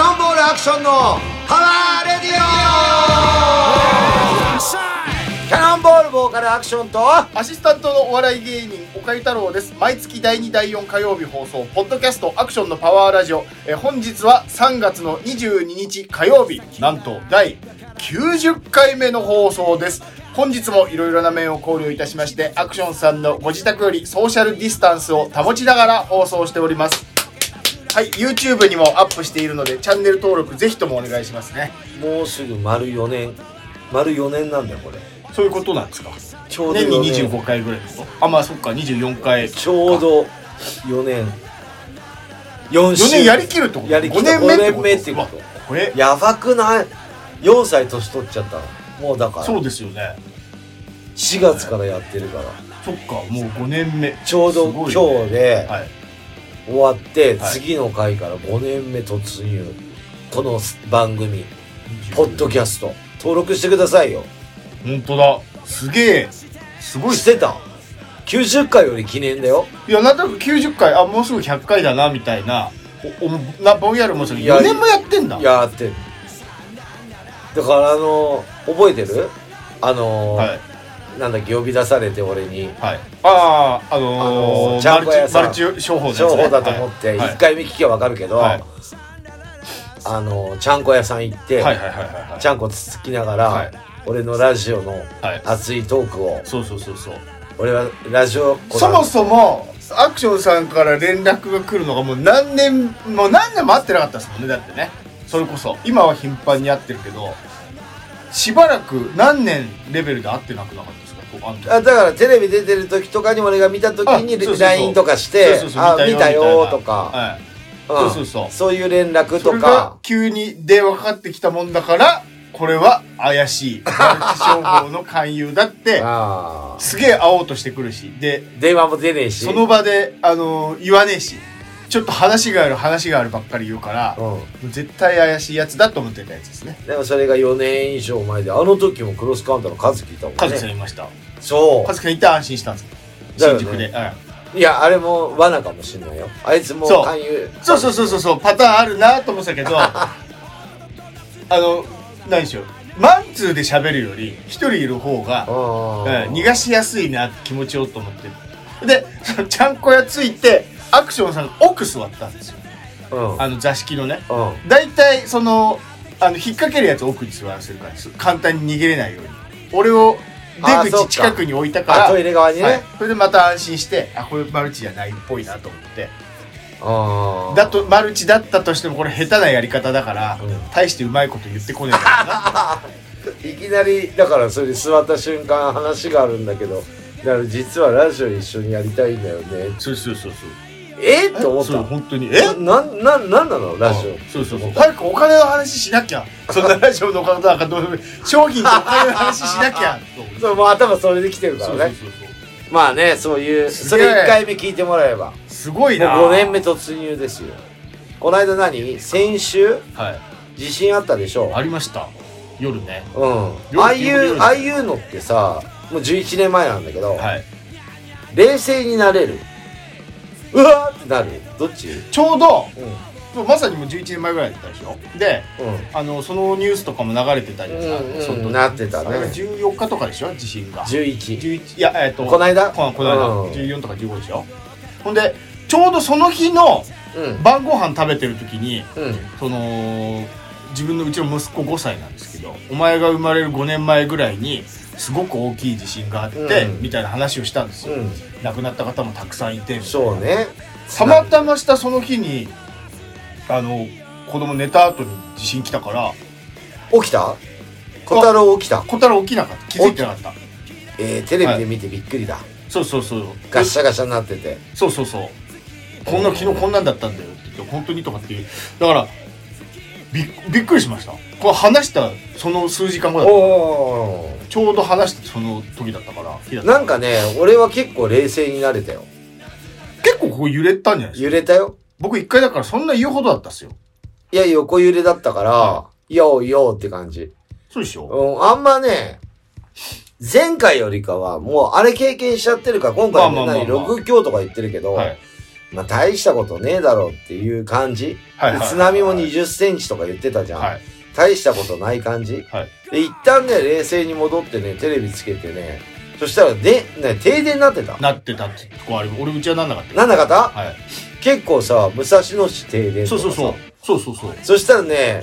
ションのパワーレディオキャノンボールボーカルアクションとアシスタントのお笑い芸人、岡井太郎です。毎月第2、第4火曜日放送、ポッドキャストアクションのパワーラジオ。えー本日は3月の22日火曜日、なんと第90回目の放送です。本日もいろいろな面を考慮いたしまして、アクションさんのご自宅よりソーシャルディスタンスを保ちながら放送しております。はい、YouTube にもアップしているので、チャンネル登録ぜひともお願いしますね。もうすぐ丸4年丸4年なんだよこれそういうことなんですかちょうど年四に25回ぐらいですかあ、まあそっか、24回。ちょうど4年4 4年やりきるってことやりき5った年目ってこ五と年目ってことうわこれやばくない4歳年取っちゃったのもうだからそうですよね4月からやってるからそっかもう5年目ちょうどすご今いね日ではい終わって、はい次の回から5年目突入この番組ポッドキャスト登録してくださいよ本当だすげえすごいっしすてた90回より記念だよいやなんとなく90回あもうすぐ100回だなみたいなおおなぼんやりもするいや4年もやってんだやってるだからあの覚えてるあの、はいなんだっけ呼び出されて俺にはいああああののーー、ちゃんこ屋さんマルチマルチ商法のやつ、ね、情報だと思ってはい1回目聞けばわかるけど、はいあのちゃんこ屋さん行って、はいはいはいはいはいちゃんこつつきながら、はい俺のラジオのはい熱いトークをそうそうそうそう俺はラジオそもそもアクションさんから連絡が来るのがもう何年もう何年も会ってなかったですもんねだってねそれこそ今は頻繁に会ってるけどしばらく何年レベルで会ってなくなかったですかこうあの時あだからテレビ出てる時とかに俺が見た時あそうそうそにう LINE とかしてそうそう「そうあ見たよ」みとか、はうんそうそうそういう連絡い、そとれがか急に電話かかってきたもんだからこれは怪しいマルチ商法の勧誘だって あーすげえ会おうとしてくるしで電話も出ねえしその場で、あのー言わねえしちょっと話がある話があるばっかり言うから、う絶対怪しいやつだと思ってたやつですね。ん、でもそれが4年以上前であの時もクロスカウンターの数聞いたもんカズキさんねいました。そカズキさんいて安心したんですかだよ新宿ねで。うんういやあれも罠かもしんないよあいつもそう勧誘そうそうそうそうそう、パターンあるなと思ってたけ ど、あの、何でしょう。マンツーで喋るより、一人いる方が、うんあ逃がしやすいなって気持ちをと思って。で、 そのちゃんこ屋ついて、アクションさんが奥座ったんですよ。うんうんあの座敷のね。大体そのあの引っ掛けるやつを奥に座らせるからす簡単に逃げれないように俺をあー出そう口か近くに置いたからあトイレ側にね、はいそれでまた安心してあこれマルチじゃないっぽいなと思ってあーだとマルチだったとしてもこれ下手なやり方だから、うん大してうまいこと言ってこねえだろう ないきなりだからそれで座った瞬間話があるんだけどだから実はラジオ一緒にやりたいんだよねそうそうそうそうえっと思っそうた本当にえななななんなのラジオそうそうそう早くお金の話しなきゃそんなラジオの方なんかどうでもいい商品とお金の話しなきゃと思ってそうもう頭それできてるかそうらそうねそうそうまあねそういうすそげえれ1回目聞いてもらえばもすごいうな5年目突入ですよこの間何先週はい地震あったでしょありました夜ねうんよああいようくああいうのってさもう11年前なんだけど、はい冷静になれるうわーってなるどっちちょうどうんそうまさにもう11年前ぐらいだったでしょでうあのそのニュースとかも流れてたりさ、うんうんそのなってたねあれが14日とかでしょ地震がん11 11いやえっ、とこないだここの間、うん14とか15でしょほんでちょうどその日のうん晩ご飯食べてる時にうんその自分のうちの息子5歳なんですけどお前が生まれる5年前ぐらいにすごく大きい地震があって、うんみたいな話をしたんですよ、うん亡くなった方もたくさんいてそうねたまたましたその日にあの子供寝た後に地震来たから起きた小太郎起きた小太郎起きなかった気づいてなかったえー、テレビで見てびっくりだ、そうそうそうガッシャガシャになっててそうそうそうこんな昨日こんなんだったんだよって言って本当にとかって言うだからびっびっくりしましたこれ話したその数時間後だったおーちょうど話したその時だったから日だったなんかね俺は結構冷静になれたよ結構ここ揺れたんじゃないですか揺れたよ僕一回だからそんな言うほどだったっすよいや横揺れだったから、はよーよーって感じ、そうでしょうん、あんまね前回よりかはもうあれ経験しちゃってるから今回まあねまあまあ何まあ6強とか言ってるけど、はいまあ大したことねえだろうっていう感じ。はいで津波もはい20センチとか言ってたじゃん。はい大したことない感じ。はいで、一旦ね、冷静に戻ってね、テレビつけてね、そしたらで、ね、停電になってた。なってたってとこあれ俺うちはなんなかったよなんなかったはい結構さ、武蔵野市停電とそかうさそうそうそうそうそうそしたらね、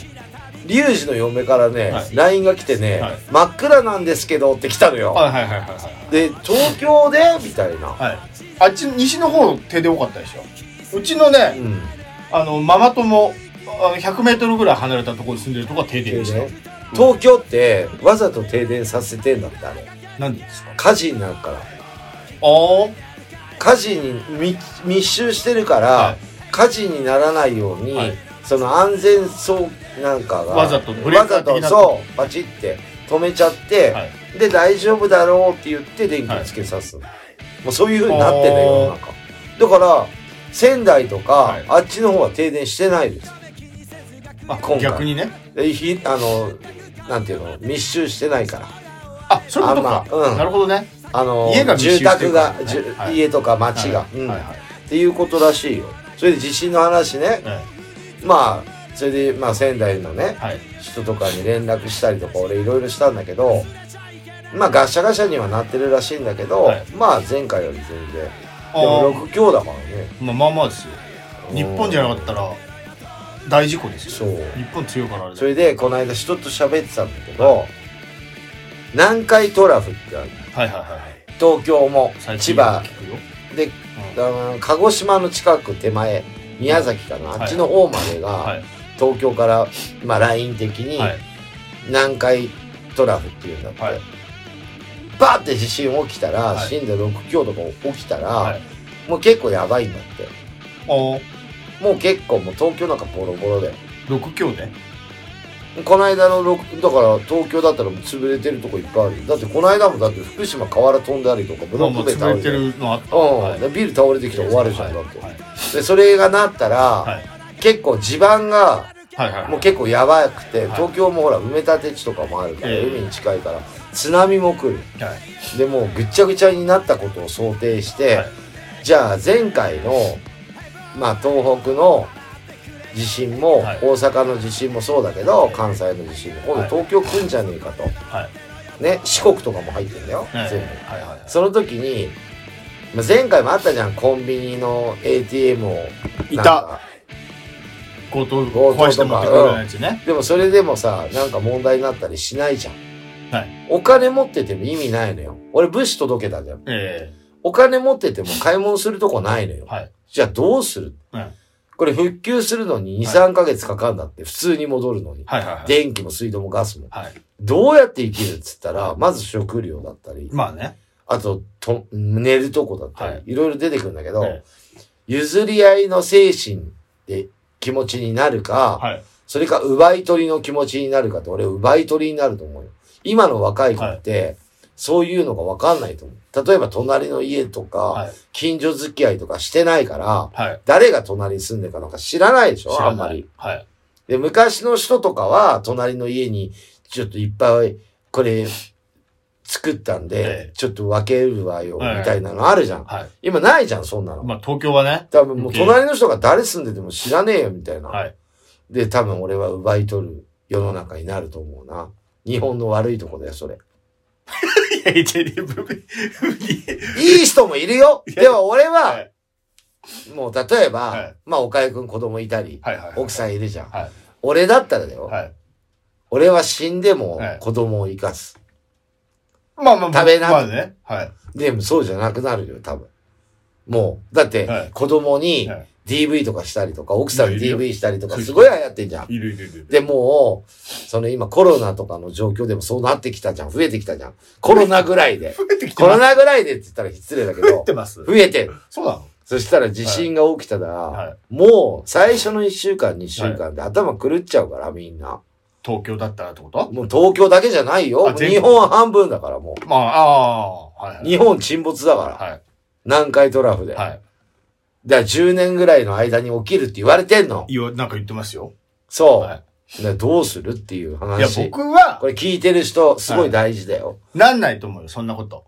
リュウジの嫁からね、はい LINE が来てね、はい真っ暗なんですけどって来たのよ。はいはいはいはいはいで、東京でみたいな。はいあっち西の方停電多かったでしょうちのうねん。あのママ友あの100メートルぐらい離れたところに住んでるとこは停電停でした電東京ってわざと停電させてんだってあれ。何でですか火事になるから。ああ火事に密密集してるから、はい火事にならないように、はいその安全そうなんかがわざとブレーカー的わなざとそうパチって止めちゃって、はいで大丈夫だろうって言って電気つけさす、もうそういうふうになってんだよ世の中だから仙台とか、はいあっちの方は停電してないですあ今回逆にねでひあのなんていうの密集してないからあそういうことか、あんまうんなるほどねあの家が密集住してる宅からがね、じゅはい家とか町が、はいうんはいはいっていうことらしいよそれで地震の話ね、まあそれで、まあ、仙台のねはい人とかに連絡したりとか俺いろいろしたんだけどまあガシャガシャにはなってるらしいんだけど、はいまあ前回より全然であもー6強だからねまあまあまあですよ日本じゃなかったらら大事故ですよそう日本強いからあれだそれでこの間人と喋ってたんだけど、南海トラフってあるはいはいはいはい東京も最近千葉聞くよで、ううん鹿児島の近く手前宮崎かな、はいあっちの方までが、はい東京から、まあ、ライン的にはい南海トラフっていうんだって、はいバーって地震起きたら、はい震度6強とか起きたら、はいもう結構やばいんだってああもう結構もう東京なんかボロボロだよ6強でこの間の6だから東京だったらもう潰れてるとこいっぱいあるよだってこの間もだって福島瓦飛んだりとかブまあロまッあク塀倒潰れれててるるのあったうん、はいでビル倒れてきて終わるじゃん、はいだって、はいでそれがなったら、はい結構地盤がはいはいもう結構やばくて、い東京もほら埋め立て地とかもあるから、ええ海に近いから津波も来るはいでもうぐっちゃぐちゃになったことを想定して、はいじゃあ前回のまあ東北の地震も、はい大阪の地震もそうだけど関西の地震も今はい度東京来んじゃねえかと、はいね四国とかも入ってんだよ、はい全部はいはいその時に、まあ、前回もあったじゃんコンビニの ATM をいなんたか強盗強盗とか壊して持ってくるようなやつねでもそれでもさ、なんか問題になったりしないじゃん。はいお金持ってても意味ないのよ。俺物資届けたじゃん。えお金持ってても買い物するとこないのよえ。はいじゃあどうする、うんこれ復旧するのに2、はい3ヶ月かかんだって、普通に戻るのに。はいはいはい電気も水道もガスも。はいどうやって生きるっつったら、まず食料だったり、まあねあとと、寝るとこだったり、、はいろいろ出てくるんだけど、え譲り合いの精神で気持ちになるか、えはいそれか奪い取りの気持ちになるかって、俺奪い取りになると思うよ。今の若い子って、そういうのがわかんないと思う。例えば隣の家とか、はい近所付き合いとかしてないから、はい誰が隣に住んでるかなんか知らないでしょあんまり。はいで、昔の人とかは、隣の家に、ちょっといっぱい、これ、作ったんえでえ、ちょっと分けるわよ、みはいたいなのあるじゃん。はい今ないじゃん、そんなの。まあ東京はね多分もう隣の人が誰住んでても知らねえよ、みたいな。はいで、多分俺は奪い取る世の中になると思うな。日本の悪いとこだよ、それ。いやいやいやぶぶいい人もいるよでも俺はは、いもう例えば、はいまあ、岡井くん子供いたり、はいはい奥さんいるじゃん。はい俺だったらだよ、はい俺は死んでもはい子供を生かす。まあまあ食べなまあねはいでもそうじゃなくなるよ、多分。もう、だってはい、子供にはい DV とかしたりとか、奥さんにいやいるよ DV したりとか、そうすごい流行ってんじゃん。いるいるいるで、もう、その今コロナとかの状況でもそうなってきたじゃん。増えてきたじゃん。コロナぐら いで。増えてきてコまロすナぐらいでって言ったら失礼だけ増 えどて、ます増えてる。そうなのそしたら地震が起きたら、はいもう最初の1週間、2週間で頭狂っちゃうから、みんな。東京だったらってこともう東京だけじゃないよ。あもう全日国本半分だから、も。まあああーはいう日本沈没だから。はい南海トラフで。はいだから10年ぐらいの間に起きるって言われてんの。いやなんか言ってますよそう。はだからどうするっていいういや話。僕はこれ聞いてる人、すごい大事だよ。なんないと思うよそんなこと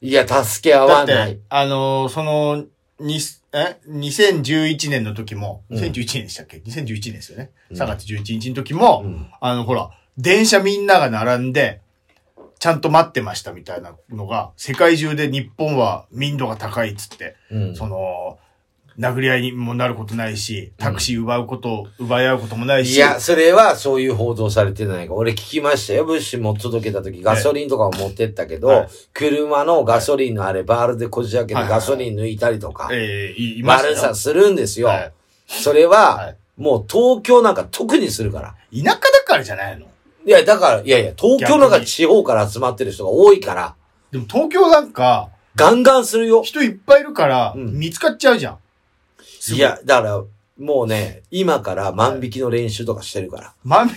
いや、助け合だわっなてい。、あのーその、に、え ?2011 年の時も、うん2011年でしたっけ ?2011 年ですよね。うん3月11日の時も、うんあの、ほら、電車みんなが並んで、ちゃんと待ってましたみたいなのが、世界中で日本は民度が高いっつって、うん。その、殴り合いにもなることないし、タクシー奪うこと、奪い合うこともないし、いや、それはそういう報道されてないか。俺聞きましたよ。物資も届けた時、ガソリンとかを持ってったけど、はい車のガソリンのあれ、バールでこじ開けてはいはいはガいソリン抜いたりとか、ええいいま丸すさするんですよ。はいそれは、はいもう東京なんか特にするから。田舎だからじゃないのいや、だから、いやいや、東京なん逆かに地方から集まってる人が多いから、でも東京なんか、ガンガンするよ。人いっぱいいるから、うん見つかっちゃうじゃん。すごいや、だから、もうね、今から万引きの練習とかしてるから。 万引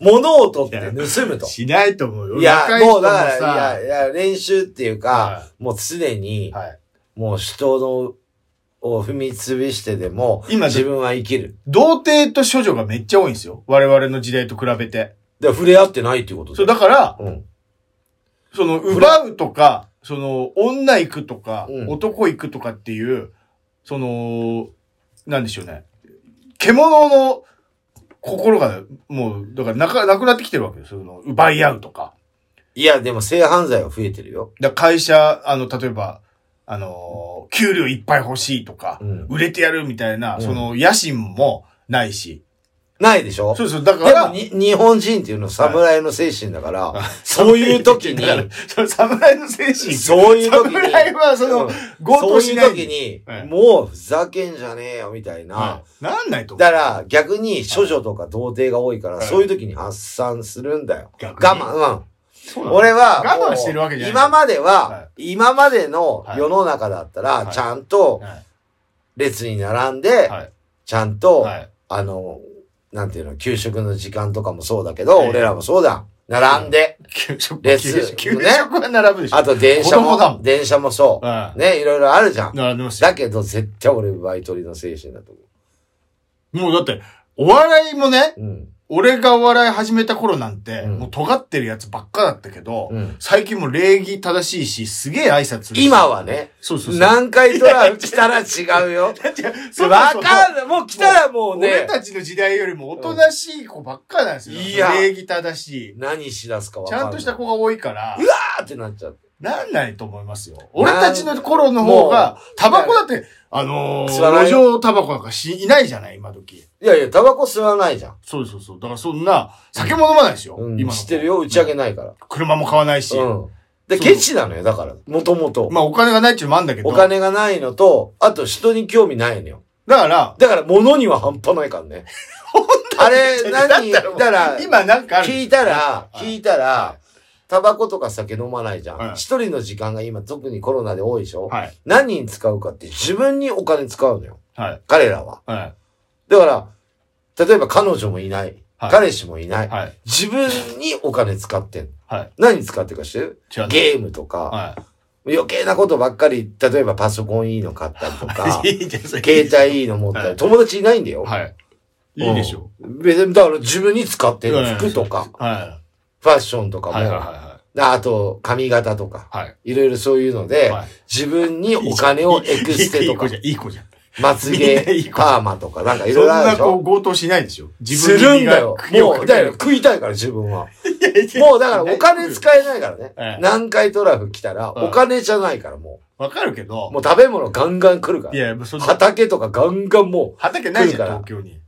物を取って盗むとき。しないと思うよ。いや若、い人もうだから、いさや、いや、練習っていうか、はもう常にい、はい。もう人の、を踏み潰してでも、今自分は生きる。童貞と処女がめっちゃ多いんですよ。我々の時代と比べて。で、触れ合ってないっていうことそう、で。だから、うん。その、奪うとか、その、女行くとか、うん男行くとかっていう、その、なんでしょうね。獣の心が、もう、だからなか、なくなってきてるわけですよ。その、奪い合うとか。いや、でも性犯罪は増えてるよ。だから会社、あの、例えば、あのー給料いっぱい欲しいとか、うん売れてやるみたいな、うんその、野心もないし。ないでしょそうそう、だかでもら、に、日本人っていうのは侍の精神だから、そういう時 にだ、から、その侍の精神。そういう時に侍は、そのうん、強そ盗うしいなうい。時にはい、もうふざけんじゃねえよ、みたいなは。いなんないと思う。だから、逆に、処女とか童貞が多いから、はいそういう時に発散するんだよ。逆に我慢、そううん。なの俺は、我慢してるわけじゃない今まではは、今までの世の中だったら、はいちゃんとはい列に並んで、はいちゃんと、はいあの、なんていうの、給食の時間とかもそうだけど、はい俺らもそうだ。並んで、給食レ給ッスン食給食は並ぶでしょ。あと電車子供だもも、ん電車もそはう。いね、いろいろあるじゃん。並んでますよだけど、絶対俺、奪い取りの精神だとも思うだって、お笑いもね、う。うん。俺がお笑い始めた頃なんて、うんもう尖ってるやつばっかだったけど、うん最近もう礼儀正しいし、すげえ挨拶するし今はね、そうそうそう。南海トラフ来たら違うよ。 そわもそもかんない。もう来たらもう俺ね、たちの時代よりもおとなしい子ばっかなんですよ。いや礼儀正しい。何しだすかわちかんゃない。んとした子が多いから、ーってなっちゃって。なんないと思いますよ。俺たちの頃の方もが、タバコだって、あのー、吸わない路上タバコなんかし、いないじゃない、今時。いやいや、タバコ吸わないじゃん。そうそうそう。だからそんな、酒も飲まないですよ。うん、今の知ってるよ、打ち上げないから。車も買わないし。うん。で、そうケチなのよ、だから。もともと。まあお金がないっていうのもあんだけど。お。金がないのと、あと人に興味ないのよ。だから、だから物には半端ないからね。あれ、何 だだったらもうから、今なんかある。聞いたら、はい聞いたらは、タバコとか酒飲まないじはゃいん。一人の時間が今特にコロナで多いでしょはい。何に使うかって自分にお金使うのよ。はい。彼らは。はだから、例えば彼女もいない。はい彼氏もいないい。。はい。自分にお金使ってんの。はい。何使ってるかしてる違う。ゲームとか、は余計なことばっかり、例えばパソコンいいの買ったりとかい。、いいじゃん、それ 携帯いいの持ったはり、い友達いないんだよ。はい。うんいいでしょ。別に、だから自分に使ってるはい服とか、はファッションとい。かはいはいも、はあと髪型とか、い。はい。いろいろそういうので、はい自分にお金をエクステいとい子かじゃ、ん、いい子じゃん。まつみんなげいい、子パーマとか、なんかいそろんいろあるなでしょこう強盗しないですよ。自す分るにん身だがよ。首をもかう、けだよ、る食いたいから、自分は。いやいやもう、だから、お金使えないからねええ。南海トラフ来たら、うんお金じゃないから、もわかるけう。ど、もう食べ物ガンガン来るかいら。や、もうそんな、畑とかガンガンも畑ないじゃん、来るから東京に。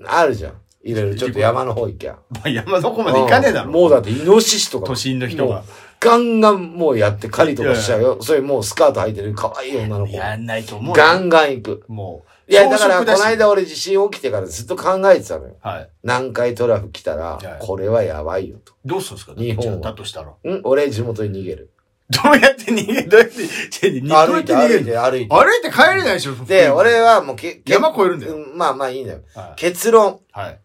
う、あるじゃん。いろいろ、ちょっと山の方行きゃ。まあ、山の方まで行かねえだうろ。んもうだって、イノシシとか都、心の人が。ガンガンもうやって狩りとかしちゃうよ。それもうスカート履いてる可愛い女の子。やんないと思うよ。ガンガン行く。もう。いや、だから、こ朝食しの間俺地震起きてからずっと考えてたのよ。はい。南海トラフ来たらはい、これはやばいよと。どうするんですか日本はじゃあだとしたら。うん俺地元に逃げる。どうやって逃げ、どうやって、ちょどう歩やっていて逃げ歩るいのて歩いて。歩いて帰れないでしょ、で、福井俺はもうけ、け山越えるんだよ。うんまあまあいいんだよ。はい。結論。はい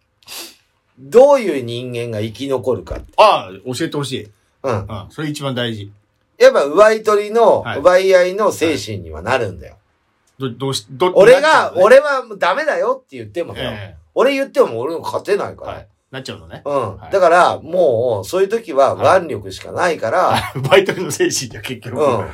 どういう人間が生き残るか。ああ、教えてほしい。うん。うん。それ一番大事。やっぱ奪い取りの、はい奪い合いの精神にはなるんだよ。ど、どうし、ど、俺なっが、ちゃうのね、俺はもうダメだよって言ってもよ。え俺言っても俺の勝てないえから。はい。なっちゃうのね。 うん。はいだから、もう、そういう時ははい腕力しかないから、バイトルの精神じゃ結局。うんは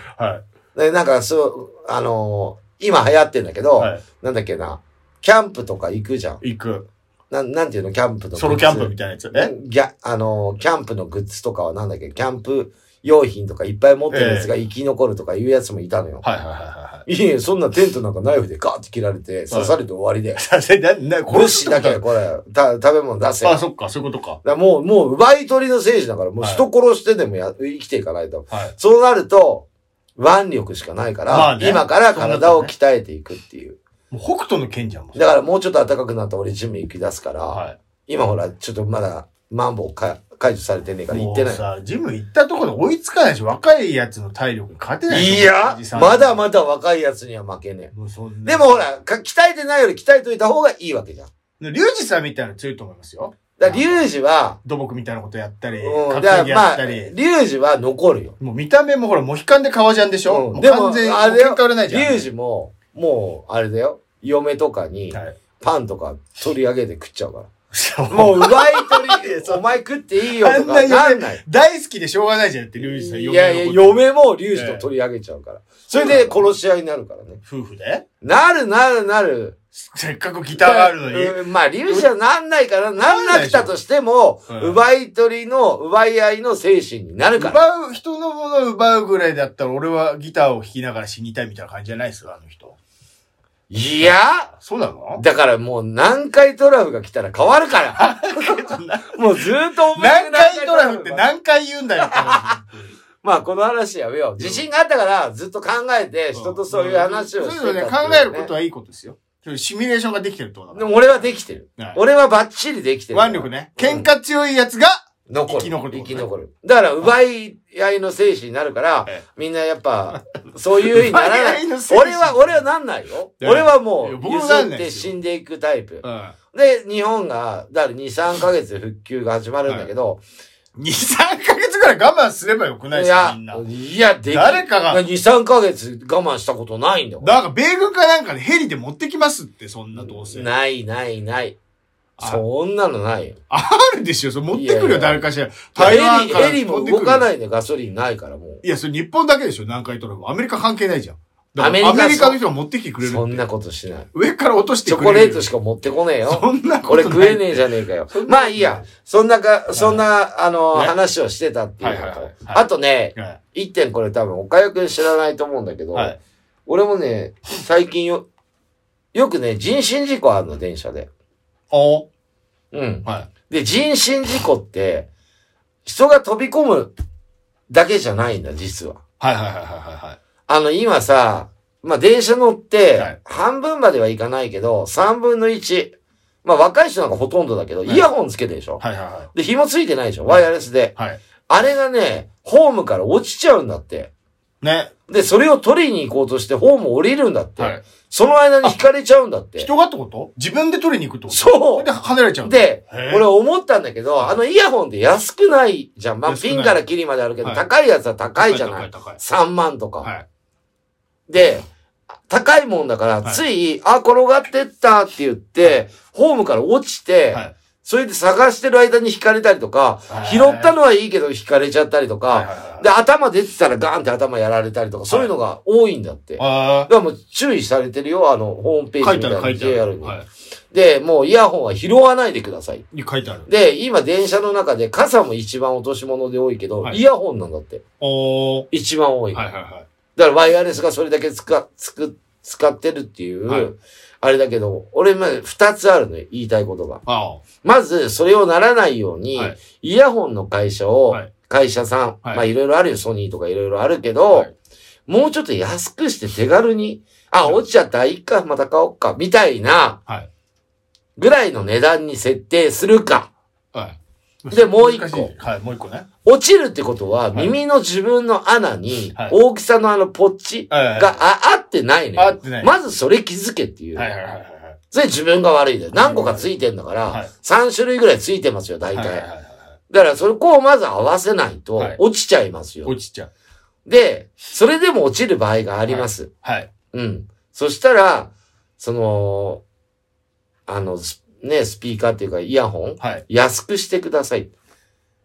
い。で、なんか、そう、あのー今流行ってんだけど、はい。なんだっけな、キャンプとか行くじゃん。行く。なん、なんていうの、キャンプとか。ソロキャンプみたいなやつ。えギャ、あのー、キャンプのグッズとかはなんだっけ、キャンプ用品とかいっぱい持ってるやつが生き残るとかいうやつもいたのよ。はいはいはいはいいえ、そんなテントなんかナイフでガーって切られて、刺されて終わりで。はい。それな、な、物資だけ殺すってここれ、た食べ物出せ。とあ、だかそっか、そういうことからもう、もう奪い取りの政治だから、もうはい人殺してでもや、生きていかないと。。はい。そうなると、腕力しかないから、まあね今から体を鍛えていくっていう。もう北斗の剣じゃん、もうだからもうちょっと暖かくなったら俺ジム行き出すから、は今ほら、ちょっとまだ、マンボウか解除されてねえい。から行ってないもう。さ、ジム行ったところで追いつかないし、若いやつの体力に勝てないいやおじさ、んまだまだ若いやつには負けねもうそんえ。なでもほら、か鍛えてないより鍛えといた方がいいわけじゃん。リュウジさんみたいなの強いと思いますよ。だから、リュウジは、土木みたいなことやったり、う格ん、だか闘技らまやっあ、たリり。ュウジは残るよ。もう見た目もほら、モヒカンで革ジャンでしょ、うんもうでも完全にあれよ結果れないリじゃん。ュウジも、もう、あれだよ。嫁とかに、はい。パンとか取り上げて食っちゃうか もら。うもう、奪い取り、お前食っていいよとかなんない。大好きでしょうがないじゃんって、リュウジさん。いやいや、嫁のこと嫁もリュウジと取り上げちゃうから。それで殺し合いになるからね。夫婦でなるなるなる。せっかくギターがあるのに。うんまあ、リュウジはなんないから、なんなくたとしてもうん、奪い取りの、奪い合いの精神になるから。奪う、人のものを奪うぐらいだったら、俺はギターを弾きながら死にたいみたいな感じじゃないですか、あの人。いやそうな のだからもう南海トラフが来たら変わる から。もうずーっとお前が何回ドラフってが何回言うんだよって話。まあこの話やめよう。自信があったからずっと考えて人とそういう話をしてたそうっていでうすよね。考えることはいいことですよ。シミュレーションができてるってことでだも俺はできてる。から。はい俺はバッチリできてる。腕力ね。喧嘩強いやつが、残る。生き残るって生こときね残る。だから奪い合いの精神になるからええ、みんなやっぱ、そういう風にならない。俺は、俺はなんないよ。いや俺はもいやう、僕もなん譲なっいでてすよ死んでいくタイプう。ん。で、日本が、だから2、3ヶ月で復旧が始まるんだけど、 2、3ヶ月ぐらい我慢すればよくないでいすか、やみんな。、いや、でき誰かが2、3ヶ月我慢したことないんだよ。なんか、米軍かなんかでヘリで持ってきますって、そんなどうせ。あないないない。あそんなのないよ。るでしょ、それ持ってくいるやよ、いや誰かしら。ヘ台湾リ、からヘリも飛んでく動るかないでガソリンないからもいや、それ日本だけでしょ、南海トラフ。アメリカ関係ないじゃん。だからアメリカアメリカの人が持ってきてくう。れるそ。んなことしない。上から落としてチくョコレれーるト。しか持ってこねえよ。そんなこ俺とない。食えねえじゃねえかよそん。なまあいいや。そんなか、そんな、あの、ね話をしてたっていうはいはいはいこはいと。あとね、は一点これ多分、岡かゆくん知らないと思うんだけい。ど、はい。俺もね、最近よ、よくね、人身事故あるの、電車で。おうん。はい。で、人身事故って、人が飛び込むだけじゃないんだ、実は。はいはいはいはいはあの、今さ、まあ、電車乗はってい、半分まではいかないけど、3分の1。まあ、若い人なんかほとんどだけど、いイヤホンつけてるでしょい。はいはいはい。で、紐ついてないでしょワイヤレスで。はい。あれがね、ホームから落ちちゃうんだって。ね。で、それを取りに行こうとして、ホーム降りるんだって。はい。その間に引かれちゃうんだって。人がってこと自分で取りに行くってことそそれで跳ねられちゃううので、へー俺思ったんだけど、あのイヤホンって安くないじゃん。まあ、安くないピンからキリまであるけど、はい高いやつは高いじゃない。高い3万とか。高い。はい。で、高いもんだから、はいつい、あ、転がってったって言って、ホームから落ちて、はいそれで探してる間に引かれたりとか、はい拾ったのはいいけど引かれちゃったりとはいか、はいはい。で、頭出てたらガーンって頭やられたりとか、そういうのが多いんだって。だあからもう注意されてるよ、あの、ホームペあ、ージ書いみてたあいなる書いてあ JR る。に。はで、もうイヤホンは拾わないでください。い。に書いてある。で、今電車の中で傘も一番落とし物で多いけど、はいイヤホンなんだって。おー。一番多い。はいはいはい。だからワイヤレスがそれだけ使、つく、使ってるっていう、はいあれだけど、俺、まあ、二つあるのよ、言いたいことが。あまず、それをならないように、はいイヤホンの会社を、はい会社さん、はいまあ、いろいろあるよ、ソニーとかいろいろあるけあ。ど、はいもうちょっと安くして手軽に、あ、落ちちゃった、いっか、また買おっか、みたいな、はいぐらいの値段に設定するか。はい。でもう一個難しいはい、もう一個ね。落ちるってことは、はい耳の自分の穴にはい、大きさのあのポッチはいはいはい。が、あ、合ってないのよ合ってないまずそれ気づけっていう。はいはいはいはい。それ自分が悪いだよ。何個かついてんだから、はい3種類ぐらいついてますよ、大はい体。はいはいはい。だから、それこをまず合わせないとはい、落ちちゃいますよ。落ちちゃう。で、それでも落ちる場合があります。はい。うん。そしたら、その、あの、スね、スピーカーっていうか、イヤホン、はい。安くしてください。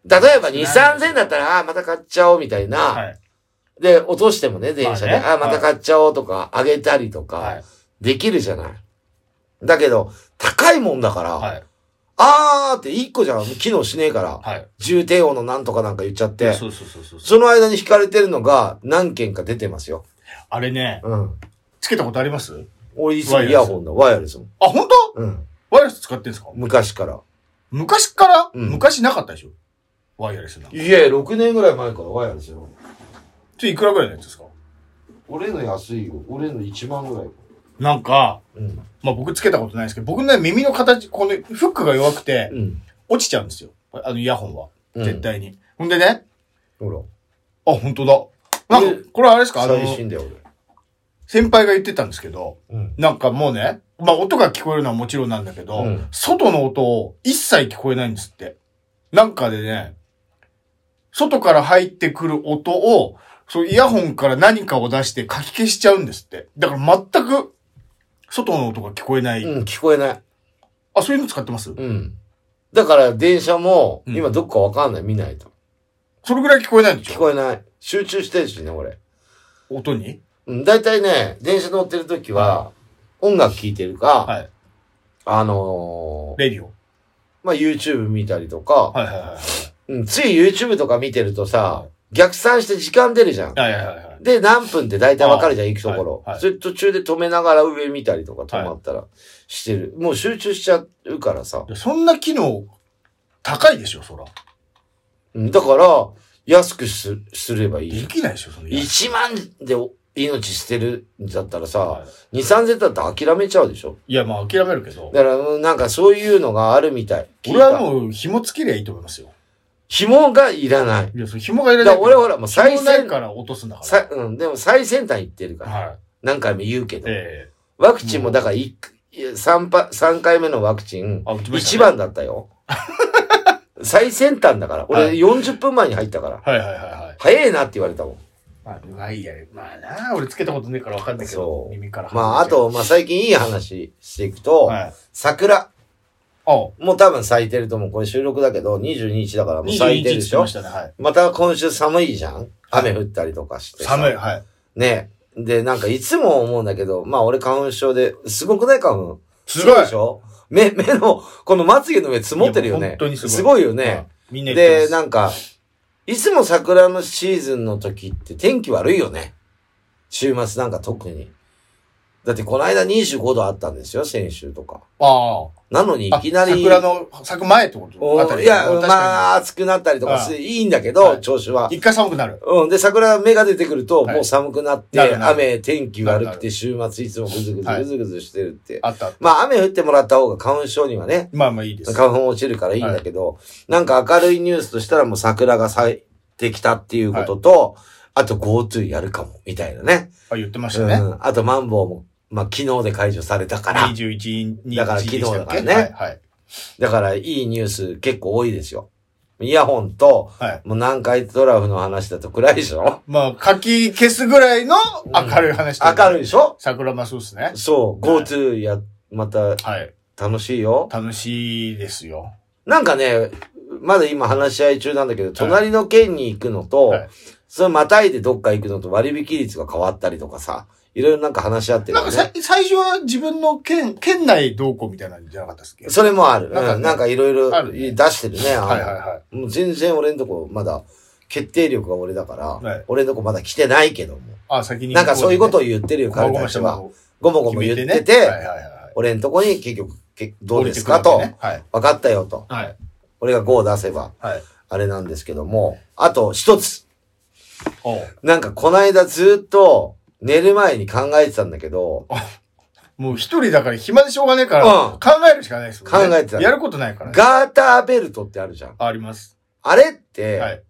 例えば2、安くな3い千だったら、あーまた買っちゃおうみたいな、はい。で、落としてもね、電車で、まあねあ、また買っちゃおうとか、あげたりとか、はい。できるじゃない。だけど、高いもんだから、はい。あーって一個じゃ機能しねえから、はい。重低音のなんとかなんか言っちゃって、そうそうそうそうそう。その間に弾かれてるのが何件か出てますよ。あれね、うん。つけたことあります俺いつもイヤホンだ、ワイヤレスも。あ、本当？うん。ワイヤレス使ってんすか昔から。昔から、うん昔なかったでしょワイヤレスなんか。いや、6年ぐらい前からワイヤレスよ。ちょ、いくらぐらいのやつですか俺の安いよ。俺の1万ぐらい。なんか、うん。まあ僕つけたことないですけど、僕ね、耳の形、このフックが弱くて、うん。落ちちゃうんですよ。あのイヤホンは。うん絶対に。ほんでね、ほあ、本当だ。なんか、これあれですかあら。の、寂しいんだよ、先輩が言ってたんですけど、俺。うん。なんかもうね、まあ音が聞こえるのはもちろんなんだけど、うん外の音を一切聞こえないんですって。なんかでね、外から入ってくる音を、そうイヤホンから何かを出して書き消しちゃうんですって。だから全く、外の音が聞こえない。うん、聞こえない。あ、そういうの使ってます、うん。だから電車も、うん今どっかわかんない、見ないと。それぐらい聞こえないんでし聞ょこえない。集中してるしね、俺。音にうん、大体ね、電車乗ってる時は、音楽聴いてるか、はいあのーレディオ。まあ、YouTube 見たりとか、はいはいはいはい。うん、つい YouTube とか見てるとさは、逆算して時間出るじゃん。はいはいはいはい。で、何分って大体わかるじゃん、行くところ。はいはいそれ途中で止めながら上見たりとか止まったらしてる。もう集中しちゃうからさ。そんな機能、高いでしょ、そら。うん、だから、安くすすればいいじゃでん。きないでしょ、そのイヤホン1万でお命捨てるんだったらさ、はい2、3千だったら諦めちゃうでしょ。いや、まあ諦めるけど、だから、うんなんかそういうのがあるみたい。俺はう。もう紐つけりゃいいと思いますよ。紐がいらない。いや、その紐がいらだなかいからら。俺ほら、もう最紐ない先、から落とすんだか。さうん、でも最先端行ってるからら。はい。何回も言うけど。えワクチンもだからいいや三ぱ三回目のワクチンあ打ち、ました一ね番だっ たよ。最先端だから。俺はい40分前に入ったから。えはいはいはいはい。早えなって言われたもん。まあ、まあいいや。まあな、俺つけたことねえからわかんないけそど、う耳から。まあ、あ、と、まあ最近いい話していくと、はい。桜。あ、もう多分咲いてると思う。これ収録だけど、22日だからもう咲21いて日るでつしけまょしたね、はい。また今週寒いじゃん雨降ったりとかしてさ。寒い、はい。ね。で、なんかいつも思うんだけど、まあ俺花粉症で、すごくない花粉すごいでしょ目、目の、このまつげの上積もってるよいやね。もう本当にすごいよね。うん。みんな言ってで、ますなんか、いつも桜のシーズンの時って天気悪いよね。週末なんか特に。だってこの間25度あったんですよ、先週とか。あなのにいあ。きなり。あ桜の咲く前ってことおあたりいや、確かにまあ暑くなったりとかすういいんだけはど、い調子は。一回寒くなる。うん。で、桜芽が出てくると、はいもう寒くなって、なるなる雨、天気悪なくるなて、週末いつもぐずぐずはいぐずぐずしてるって。あった。まあ、雨降ってもらった方が花粉症にはね、まあまあいいです。花粉落ちるからいいんだけど、なんか明るいニュースとしたらもう桜が咲いてきたっていうことと、あと GoTo やるかも、みたいなね。あ、言ってましたうね。ん。あとマンボウも、まあ、昨日で解除されたから、 21日だからでしたっけ昨日だからねはい。だからいいニュース結構多いですよ。イヤホンと、はい。はいもう南海トラフの話だと暗いでし ょまあ、書き消すぐらいの明るい話というか明るいでしょ桜まあそうですね。そう、はい GoTo や、またはい。楽しいよ。楽しいですよ。なんかね、まだ今話し合い中なんだけど、隣の県に行くのと、はいそれまたいでどっか行くのと割引率が変わったりとかさ、いろいろなんか話し合ってるなんよかさね。最初は自分の県、県内同行みたいなんじゃなかったっすっけそれもある。なんかねうんなんかいろいあろる出ねしてるね。あのはいはいはもう全然俺んとこまだ、決定力が俺だから、はい俺んとこまだ来てないけども。い。あ、先に。なんかそういうことをを言ってるよ、ごま彼ごたましちたは。もごものごをも決言めってねて、はいはいはい。俺んとこに結局、けどうですか降と、りてくるわけね分かったよと。はい。はい。俺が5を出せば、はい。あれなんですけども、あと一つ、おうなんかこの間ずっと寝る前に考えてたんだけど、もう一人だから暇でしょうがねえから、うん考えるしかないですもんね。考えてたやることないからね。ガーターベルトってあるじゃん。あります。あれっはて、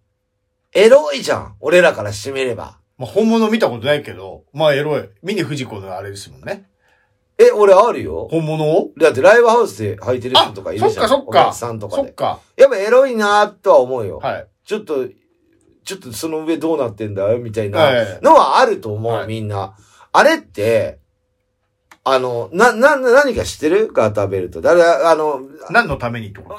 い。エロいじゃん。俺らからしてみれば。まあ本物見たことないけど、まあエロい。ミニ富士子のあれですもんね。え、俺あるよ。本物をだってライブハウスで履いてる人とかいるそっじゃん。かそっおか。客さんとかそっで。か。やっぱエロいなーとは思うよ。はい。ちょっと、ちょっとその上どうなってんだよみたいな。はい。のはあると思う、はいみんな。あれって、あの、な、な、何か知ってるガーターベルト。だから、あの、何のためにってこ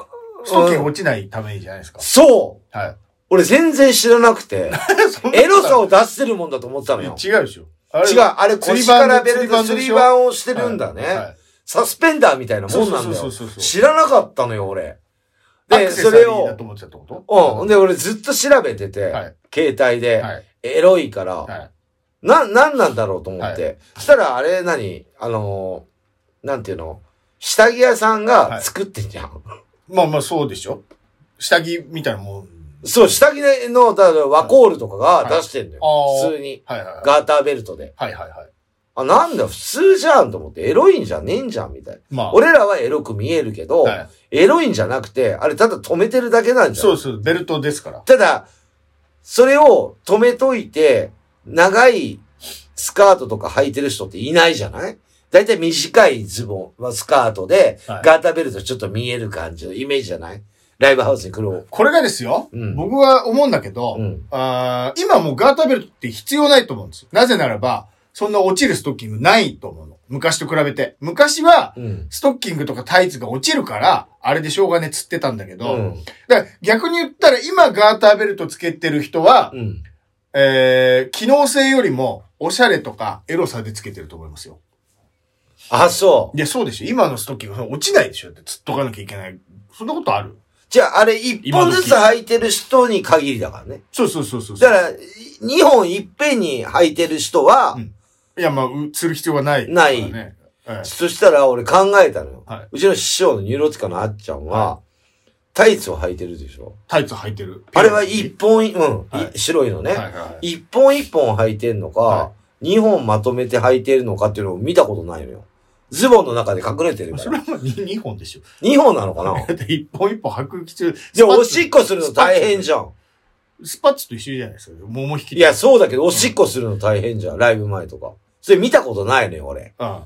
とストッキング落ちないためにじゃないですか。そうはい。俺全然知らなくて、そんなエロさを出してるもんだと思ってたのいやよ。違うでしょ。あ違う、あれ腰からベルトす釣りり板板をしてるんだはいはねい。サスペンダーみたいなもんなんだそうよそうそうそうそ。う知らなかったのよ、俺。アで、クセサそリれーだをと、思ってたってことうん。で、俺ずっと調べててはい、携帯では、い。エロいかはら、い。な、なんなんだろうと思っはて。そしたら、あれ何、あのー、なんていうの下着屋さんが作ってんじゃん。まあまあそうでしょ。下着みたいなもん。そう、下着の、だからワコールとかが出してんのよ。はいあー普通に。はいはいはい。ガーターベルトで。はいはいはい。あ、なんだ、普通じゃんと思って、エロいんじゃねえんじゃん、みたいな。まあ。俺らはエロく見えるけど、はいエロいんじゃなくて、あれただ止めてるだけなんじゃ。そうんそう、ベルトですから。ただ、それを止めといて、長いスカートとか履いてる人っていないじゃないだいたい短いズボン、まあ、スカートで、はいガーターベルトちょっと見える感じのイメージじゃないライブハウスに来る。これがですよ、うん僕は思うんだけど、うん。あー今もうガーターベルトって必要ないと思うんですよ。なぜならば、そんな落ちるストッキングないと思うの。昔と比べて。昔は、うん。ストッキングとかタイツが落ちるから、あれでしょうがね釣ってたんだけうど、ん。だから逆に言ったら今ガーターベルトつけてる人は、うん。えー、機能性よりも、おしゃれとかエロさでつけてると思いますよ。あ、そう。いや、そうでしょ。今のストッキング、落ちないでしょ。だって釣っとかなきゃいけない。そんなことあるじゃあ、あれ一本ずつ履いてる人に限りだからね。そうそうそうそうそう。だから、二本いっぺんに履いてる人は、うんいや、まあ、う釣る必要はない、ないね。ええそしたら俺考えたのよ。はいうちの師匠のニューロティカのあっちゃんは、タイツを履いてるでしょ。タイツ履いてる。あれは一本い、うん、はいい白いのね。はいはい一本一本履いてんのかは、二、本まとめて履いてるのかっていうのを見たことないのよ。ズボンの中で隠れてるそかれら。はもう2本でしょ。二本なのかな だって一本一本履く必要。じゃあスパッおツしっこするの大変じゃん。スパッツと一緒じゃないですか。桃引き。いや、、そうだけど、おしっこするの大変じゃん。ライブ前とか。それ見たことないのよ、俺。うん。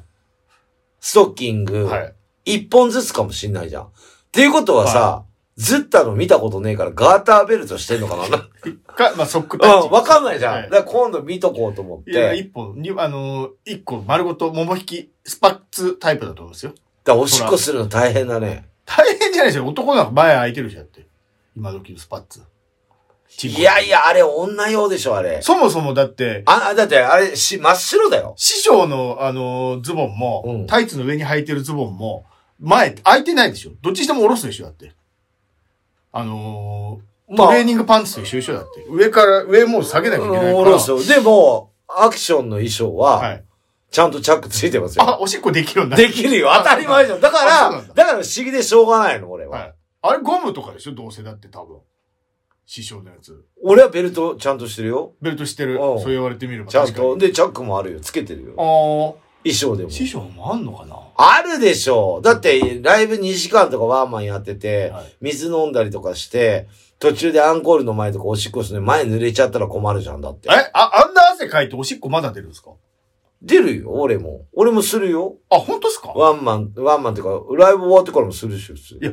ストッキング。はい。一本ずつかもしんないじゃん。っていうことはさ、ずったの見たことねえからガーターベルトしてんのかなか、まあ、ソックタッうチ。ん、 わかんないじゃん。はいだから今度見とこうと思っいや、て。一本、に、あのー、一個丸ごと、桃引き、スパッツタイプだと思うんですよ。だからおしっこするの大変だね。大変じゃないですよ。男なんか前開いてるじゃんだって。今時のスパッツ。ちんぽいやいや、あれ女用でしょ、あれ。そもそもだって、あ、あだってあれし、真っ白だよ。師匠の、あのー、ズボンも、うんタイツの上に履いてるズボンも、前、開いてないでしょ。どっちにしても下ろすでしょ、だって。あのー、まあトレーニングパンツと一緒一緒だって。上から、上もう下げなきゃいけないから。うんおろすよ。でも、アクションの衣装はは、い。ちゃんとチャックついてますよ。あ、おしっこできるようになるできるよ。当たり前じゃん。だかあそうならん、だだから不思議でしょうがないの、俺は。はい。あれゴムとかでしょ、どうせだって多分。師匠のやつ。俺はベルトちゃんとしてるよ。ベルトしてる。おうそう言われてみればちゃ確んかに。と。で、チャックもあるよ。つけてるよ。あ衣装でもあ、。師匠もあんのかなあるでしょう。だって、ライブ2時間とかワーマンやってて、はい水飲んだりとかして、途中でアンコールの前とかおしっこするのに前濡れちゃったら困るじゃんだって。えあ、あんな汗かいておしっこまだ出るんですか出るよ、俺も。俺もするよ。あ、本当ですかワンマン、ワンマンってか、ライブ終わってからもするし、普通。いや。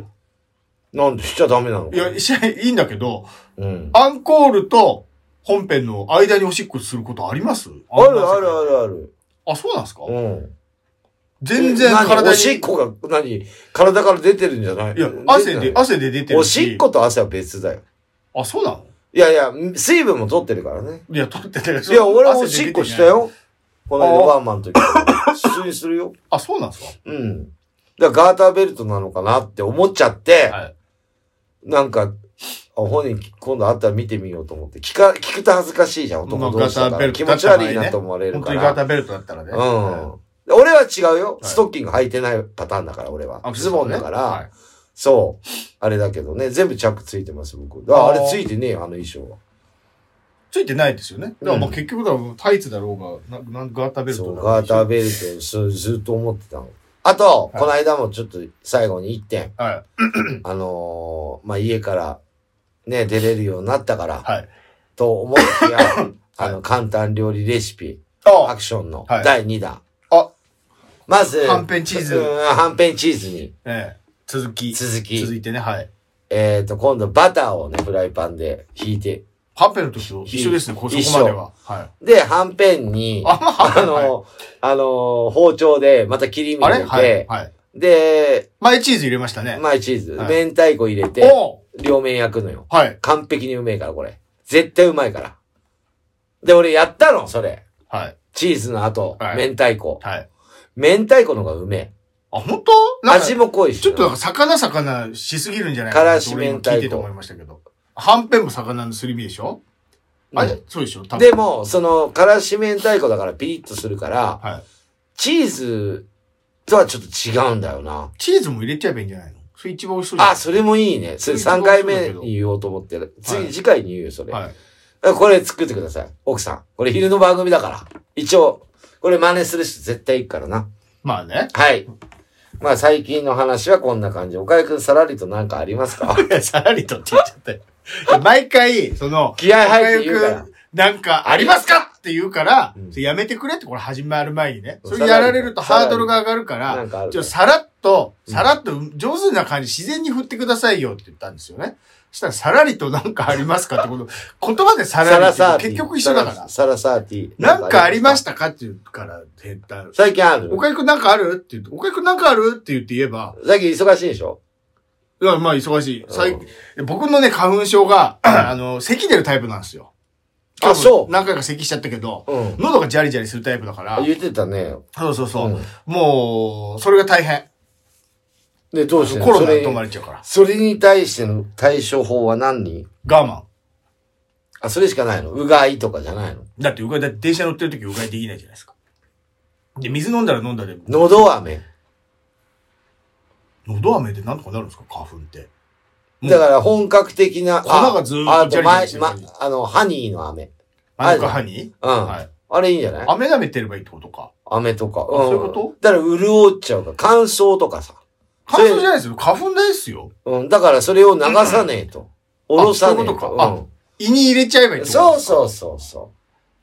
なんでしちゃダメなのいや、しいいんだけど、うん。アンコールと本編の間におしっこすることありますあるあるある。るある。あ、そうなんですかうん。全然何体に。おしっこが、何体から出てるんじゃないいや、汗出てで、ない汗で出てるおし。しっこと汗は別だよ。あ、そうなのいやいや、水分も取ってるからね。いや、取ってたいや、俺おしっこした。よ。この間あーワンマンの時。 普通にするよ。あ、そうなんですかうん。だからガーターベルトなのかなって思っちゃって、はい。なんか、あ本人今度会ったら見てみようと思って。聞か、聞くと恥ずかしいじゃん、まあ男同士だガータかーベら。ルト気持ち悪いなと思われる本か当にガーら。ターベルトだったらね。うはん。俺は違うよ。はい。。ストッキング履いてないパターンだから、俺はいズボンだかはら。いそう。あれだけどね。全部チャックついてます、僕。あああーれついてねえよ、あの衣装は。ついてないですよね。だからまあうん結局だろう、タイツだろうが、ななんガーターベルトそう、だろガーターベベルト、そうずっと思ってたの。あと、はいこの間もちょっと最後に一点、ルト。はい。あのーまあ、家から、ね、出れるようになったから、はい。と思い きや、あの、簡単料理レシピ、アあ、クションのはい第2弾。あまず、はんぺんチーズうんはんぺんチーズにええ。続き。続き、続いてね、はい。えっ、と、今度バターをね、フライパンで引いて、ハンペルトと一緒ですね、こうそ一緒こまでは。はい。で、はんぺんに、あ、まあ、あのー、あのー包丁でまた切り身あ入れれて、はい。はい。で、前チーズ入れましたね。マイチーズ、はい明太子入れて、おう両面焼くのよ。はい。完璧にうめえから、これ。絶対うまいから。で、俺やったの、それ。はい。チーズの後、はい明太子。はい。明太子の方がうめあ、本当え。なんか味も濃いし。ちょっとなんか魚魚しすぎるんじゃないからなしと俺今明太子聞いてて思いましたけど。はんぺんも魚のすり身でしょ、うんあれそうでしょ多分でも、その、からし明太子だからピリッとするから、はい。チーズとはちょっと違うんだよな。チーズも入れちゃえばいいんじゃないのそれ一番美味しそうじゃないあ、それもいいね。それ3回目に言おうと思ってる。は次、い次回に言うよ、それ。はい。これ作ってください。奥さん。これ昼の番組だから。一応、これ真似する人絶対いるからな。まあね。はい。まあ最近の話はこんな感じ。岡井くんさらりとなんかありますかいやさらりとって言っちゃったよ。いや毎回、その、気合入って言うから仲良くなんかありますかって言うから、うんそれやめてくれってこれ始まる前にね。そうそれやられるとハードルが上がるから、なんかあるちょ、さらっと、さらっと上手な感じ、自然に振ってくださいよって言ったんですよね。そしたら、さらりとなんかありますかってこと、言葉でさサらラりサーとティ結局一緒だから。サラサーティ。なんかありましたたかって言うから、絶対。最近あるおかゆくんなんかあるって言って、おかゆくんなんかあるって言って言えば、最近忙しいでしょいやまあ忙しい。最うん僕のね、花粉症が、あの、咳出るタイプなんですよ。あ今日もそう何回か咳しちゃったけど、うん。喉がジャリジャリするタイプだから。言ってたね。そうそうそう。うんもう、それが大変。で、どうしてんのコロそナれに止まれちゃうから。それに対しての対処法は何に我あ、それしかないのうがいとかじゃないの慢。だって、うがい、だって電車乗ってる時うがいできないじゃないですか。で、水飲んだら飲んだで、喉飴。喉飴でなんとかなるんですか花粉って。もうだから本格的な。粉がずーっとああジャと、リジャリまして、るま、あの、ハニーの飴。マヌカハニうん。ーはい。あれいいんじゃない飴舐めてればいいってことか。飴とか。んそういうことだから潤っちゃうから、乾燥とかさ。乾燥じゃないですよ。花粉ですよ。うん。だからそれを流さねえと。おろさねえあそういうことかと。胃に入れちゃえばいいうっん。てことそでうすかそうそうそ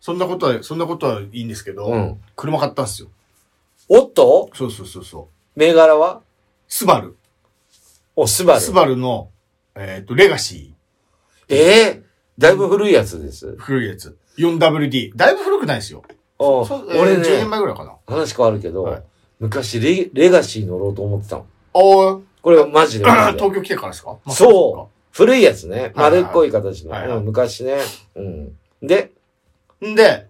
そんなことは、そんなことはいいんですけど、う。うん。車買ったんですよ。おっとそうそうそうそう。銘柄はスバル。お、スバル。スバルの、えっ、と、レガシええだいぶ古いやつですー、。古いやつ。4WD。だいぶ古くないですよ。おそうえー俺10年ね、前ぐらいかな。話変わるけど、はい昔レ、レガシー乗ろうと思ってたの。おー、これマジでマジで 東京来てからですか、そう古いやつはね。いはい丸っこい形の。はいはいうん昔ね。うん。で、う。んで、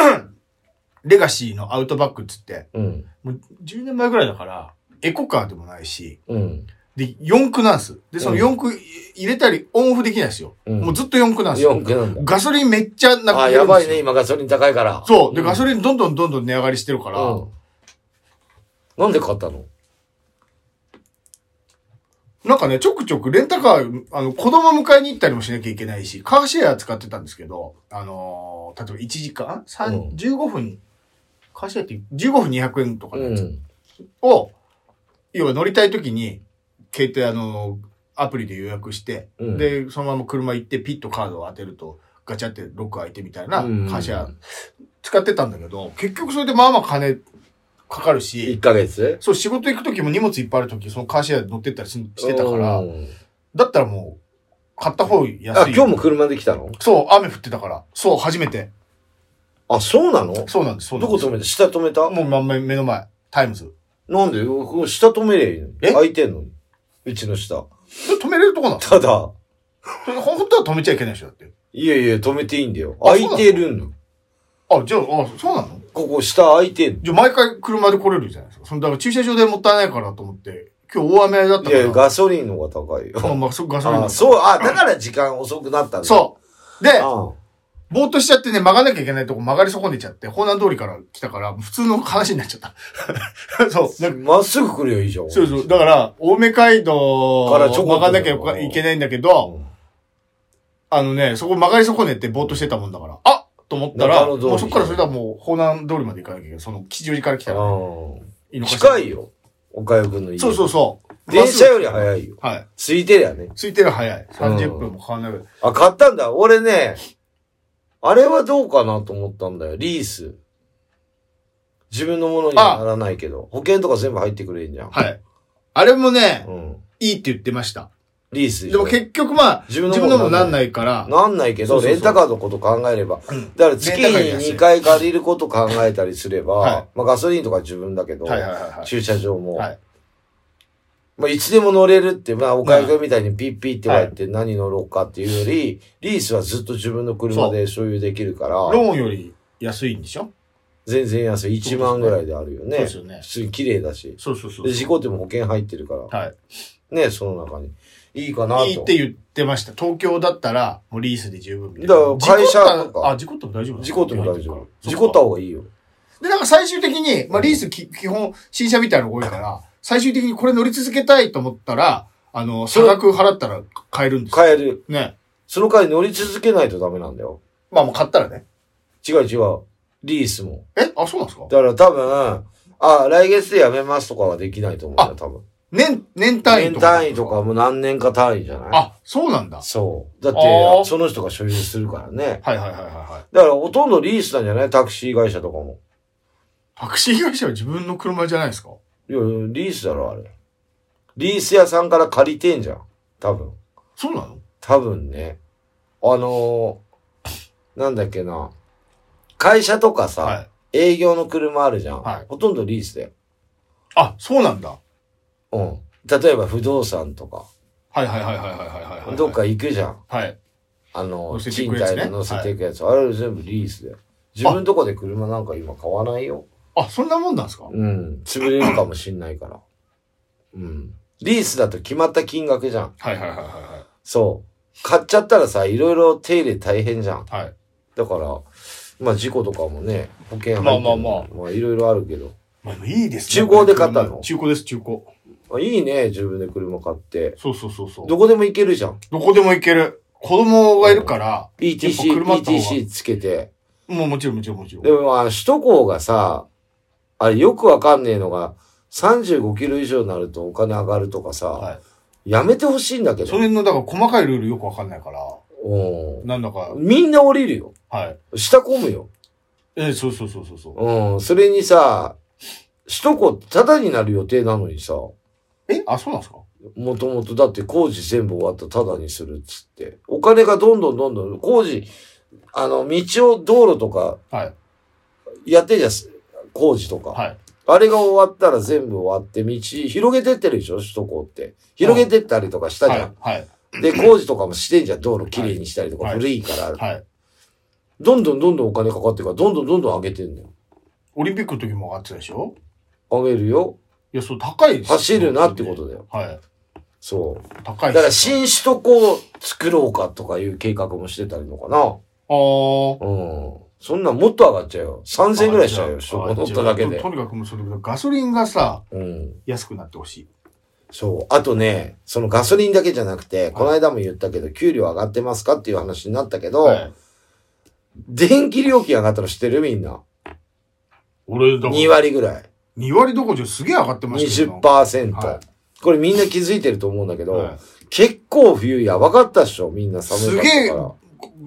レガシーのアウトバックっつって、うん。もう10年前ぐらいだから、エコカーでもないし、うん。で、4駆なんです。で、その4駆入れたりオンオフできないですよ。うんもうずっと4駆なんですよ4。区なんだ。ガソリンめっちゃなくなるんですよあ、やばいね。今ガソリン高いから。そう。で、ガリソリンどんどんどんどん値上がりしてるから、うん。なんで買ったのなんかね、ちょくちょくレンタカー、あの、子供迎えに行ったりもしなきゃいけないし、カーシェア使ってたんですけど、あのー例えば1時間三、うん15分、カーシェアって15分200円とかのうやつん。を、要は乗りたい時に、携帯あのーアプリで予約して、うんで、そのまま車行ってピッとカードを当てると、ガチャってロック開いてみたいな、カうんーシェア使ってたんだけど、結局それでまあまあ金かかるし、 1ヶ月そう、仕事行く時も荷物いっぱいある時、そのカーシェア乗ってったりししてたから、うんだったらもう、買った方安い。あ、今日も車で来たのそう、雨降ってたから。そう、初めて。あ、そうなのどそうなんです、そうなんこです。止めた下止めたもうまんま目の前。タイムズ。なんでここ下止めりゃいいのえ空いてんのに。うちの下。それ止めれるとこ なんですただ、それ本当は止めちゃいけないでしょ、だって。いやいや、止めていいんだよ。あ空いてるの。あ、じゃあ、あ、そうなのここ下空いてんじゃあ、毎回車で来れるじゃないですか。そのだから駐車場でもったいないからと思って、今日大雨だったの。いから。や、ガソリンの方が高いまあよ。まあ、そうガソリンあだそう、あ、だから時間遅くなったんだ。そう。で、うん。ぼーっとしちゃってね、曲がらなきゃいけないとこ曲がり損ねちゃって、方南通りから来たから、普通の話になっちゃ った。そう。なんかまっすぐ来るよ、いいじゃん。そうそう。だから、青梅街道からちょこ曲っとがらなきゃいけないんだけど、うんあのね、そこ曲がり損ねてぼーっとしてたもんだから、あっと思ったら、中野も通りうそこからそれではもう、方南通りまで行かなきゃいけない。その、吉祥寺から来たら、ういいんのかしら近いよ。岡山くんの家。そうそうそう。電車より早いよ。はい。空いてりゃね。空いてる早い。30分も変わんないぐらい。あ、買ったんだ。俺ね、あれはどうかなと思ったんだよ。リース。自分のものにはならないけど。保険とか全部入ってくれんじゃん。はい。あれもねう、ん。いいって言ってました。リース。でも結局まあ、自分自分のもなんい。ないから、なんないけそど、うそうそうレンタカーのこと考えれば。うんだから月レンタカーに安いに2回借りること考えたりすれば、はいまあガソリンとか自分だけど、はいはいはいはい。駐車場も、はいまあいつでも乗れるって、まあお会計みたいにピッピッって言って何乗ろうかっていうより、リースはずっと自分の車で所有できるから、ローンより安いんでしょ全然安い。1万ぐらいであるよそうね。ですよね普。通に綺麗だし。そうそうそう。で、事故っても保険入ってるから、はい。ね、その中に。いいかなと。いいって言ってました。東京だったら、もうリースで十分みたいな。だから会事社故っとたかあ、事故っても大丈夫事故っても大丈夫。事故故った方がいいよ。で、なんか最終的に、まあリースき基本、新車みたいなのが多いから、最終的にこれ乗り続けたいと思ったら、あの、差額払ったら買えるんですよ。買える。ね。その代わり乗り続けないとダメなんだよ。まあもう買ったらね。違う違う。リースも。えあ、そうなんですかだから多分、あ、来月で辞めますとかはできないと思うよ、多分。年、年単位年とか。単位とか。もう何年か単位じゃないあ、そうなんだ。そう。だってあー、その人が所有するからね。はいはいはいはいはい。だからほとんどリースなんじゃないタクシー会社とかも。タクシー会社は自分の車じゃないですかいや、リースだろ、あれ。リース屋さんから借りてんじゃん。多分。そうなの多分ね。あのーなんだっけな。会社とかさ、はい。営業の車あるじゃん。はいほとんどリースだよ。あ、そうなんだ。うん。例えば不動産とか、はいはいはいはいはいはいはい。どっ。か行くじゃん。はい。あの、乗せてい賃くやつ貸ねで乗せていくやつ。あれ全部リースだよ。自分とこで車なんか今買わないよ。あ、そんなもんなんですかうん。潰れるかもしんないから。うん。リースだと決まった金額じゃん。はいはいはいはそう。買っちゃったらさ、いろいろ手入れ大変じゃん。いはい。はい。だから、まあ事故とかもね、保険入ってるまあまあままあいろいろあるけど。まあ、いいです中古で買ったの中古です、中古。あいいね、自分で車買って。そうそうそうそう。どこでも行けるじゃん。どこでも行ける。子供がいるから、 ETC、やっぱ車あった方が ETC つけて。もうもちろんもちろんもちろん。でもまあ、首都高がさ、あれよくわかんねえのが、35キロ以上になるとお金上がるとかさ、はやめてほしいんだけそど。れの、だから細かいルールよくわかんないから、うん。なんだか、みんな降りるよ。はい。下混むよ。えそうそうそうそうそう。うん。それにさ、首都高ってタダになる予定なのにさ、えあ、そうなんですかもともとだって工事全部終わったらタダにするっつって。お金がどんどんどんどん、工事、あの、道を、道路とか、はい。やってんじゃん、工事とか。はい。あれが終わったら全部終わって、道、広げてってるでしょ首都高って。広げてったりとかしたはじゃん。い。はい。で、工事とかもしてんじゃん。道路きれいにしたりとか、はい古いから、はい。どんどんどんどんお金かかってるから、どんどんどんどん上げてんのよ。オリンピックの時も上がってたでしょ上げるよ。いや、そう、高いですよ走るなってことだよ。はい。そう。高いだですから、新首都高を作ろうかとかいう計画もしてたりのかな。あー。うん。そんなんもっと上がっちゃうよ。3000ぐらいしちゃうよ。首都高乗っただけあじゃあでと。とにかくもうそれガソリンがさ、うん。安くなってほしい。そう。あとね、そのガソリンだけじゃなくて、この間も言ったけど、給料上がってますかっていう話になったけど、はい。電気料金上がったの知ってるみんな。俺、だから2割ぐらい。 2割どころじゃすげえ上がってましたよ。 20%、はこれみんな気づいてると思うんだけど、はい結構冬やばかったっしょみんな寒すかっげたえから。、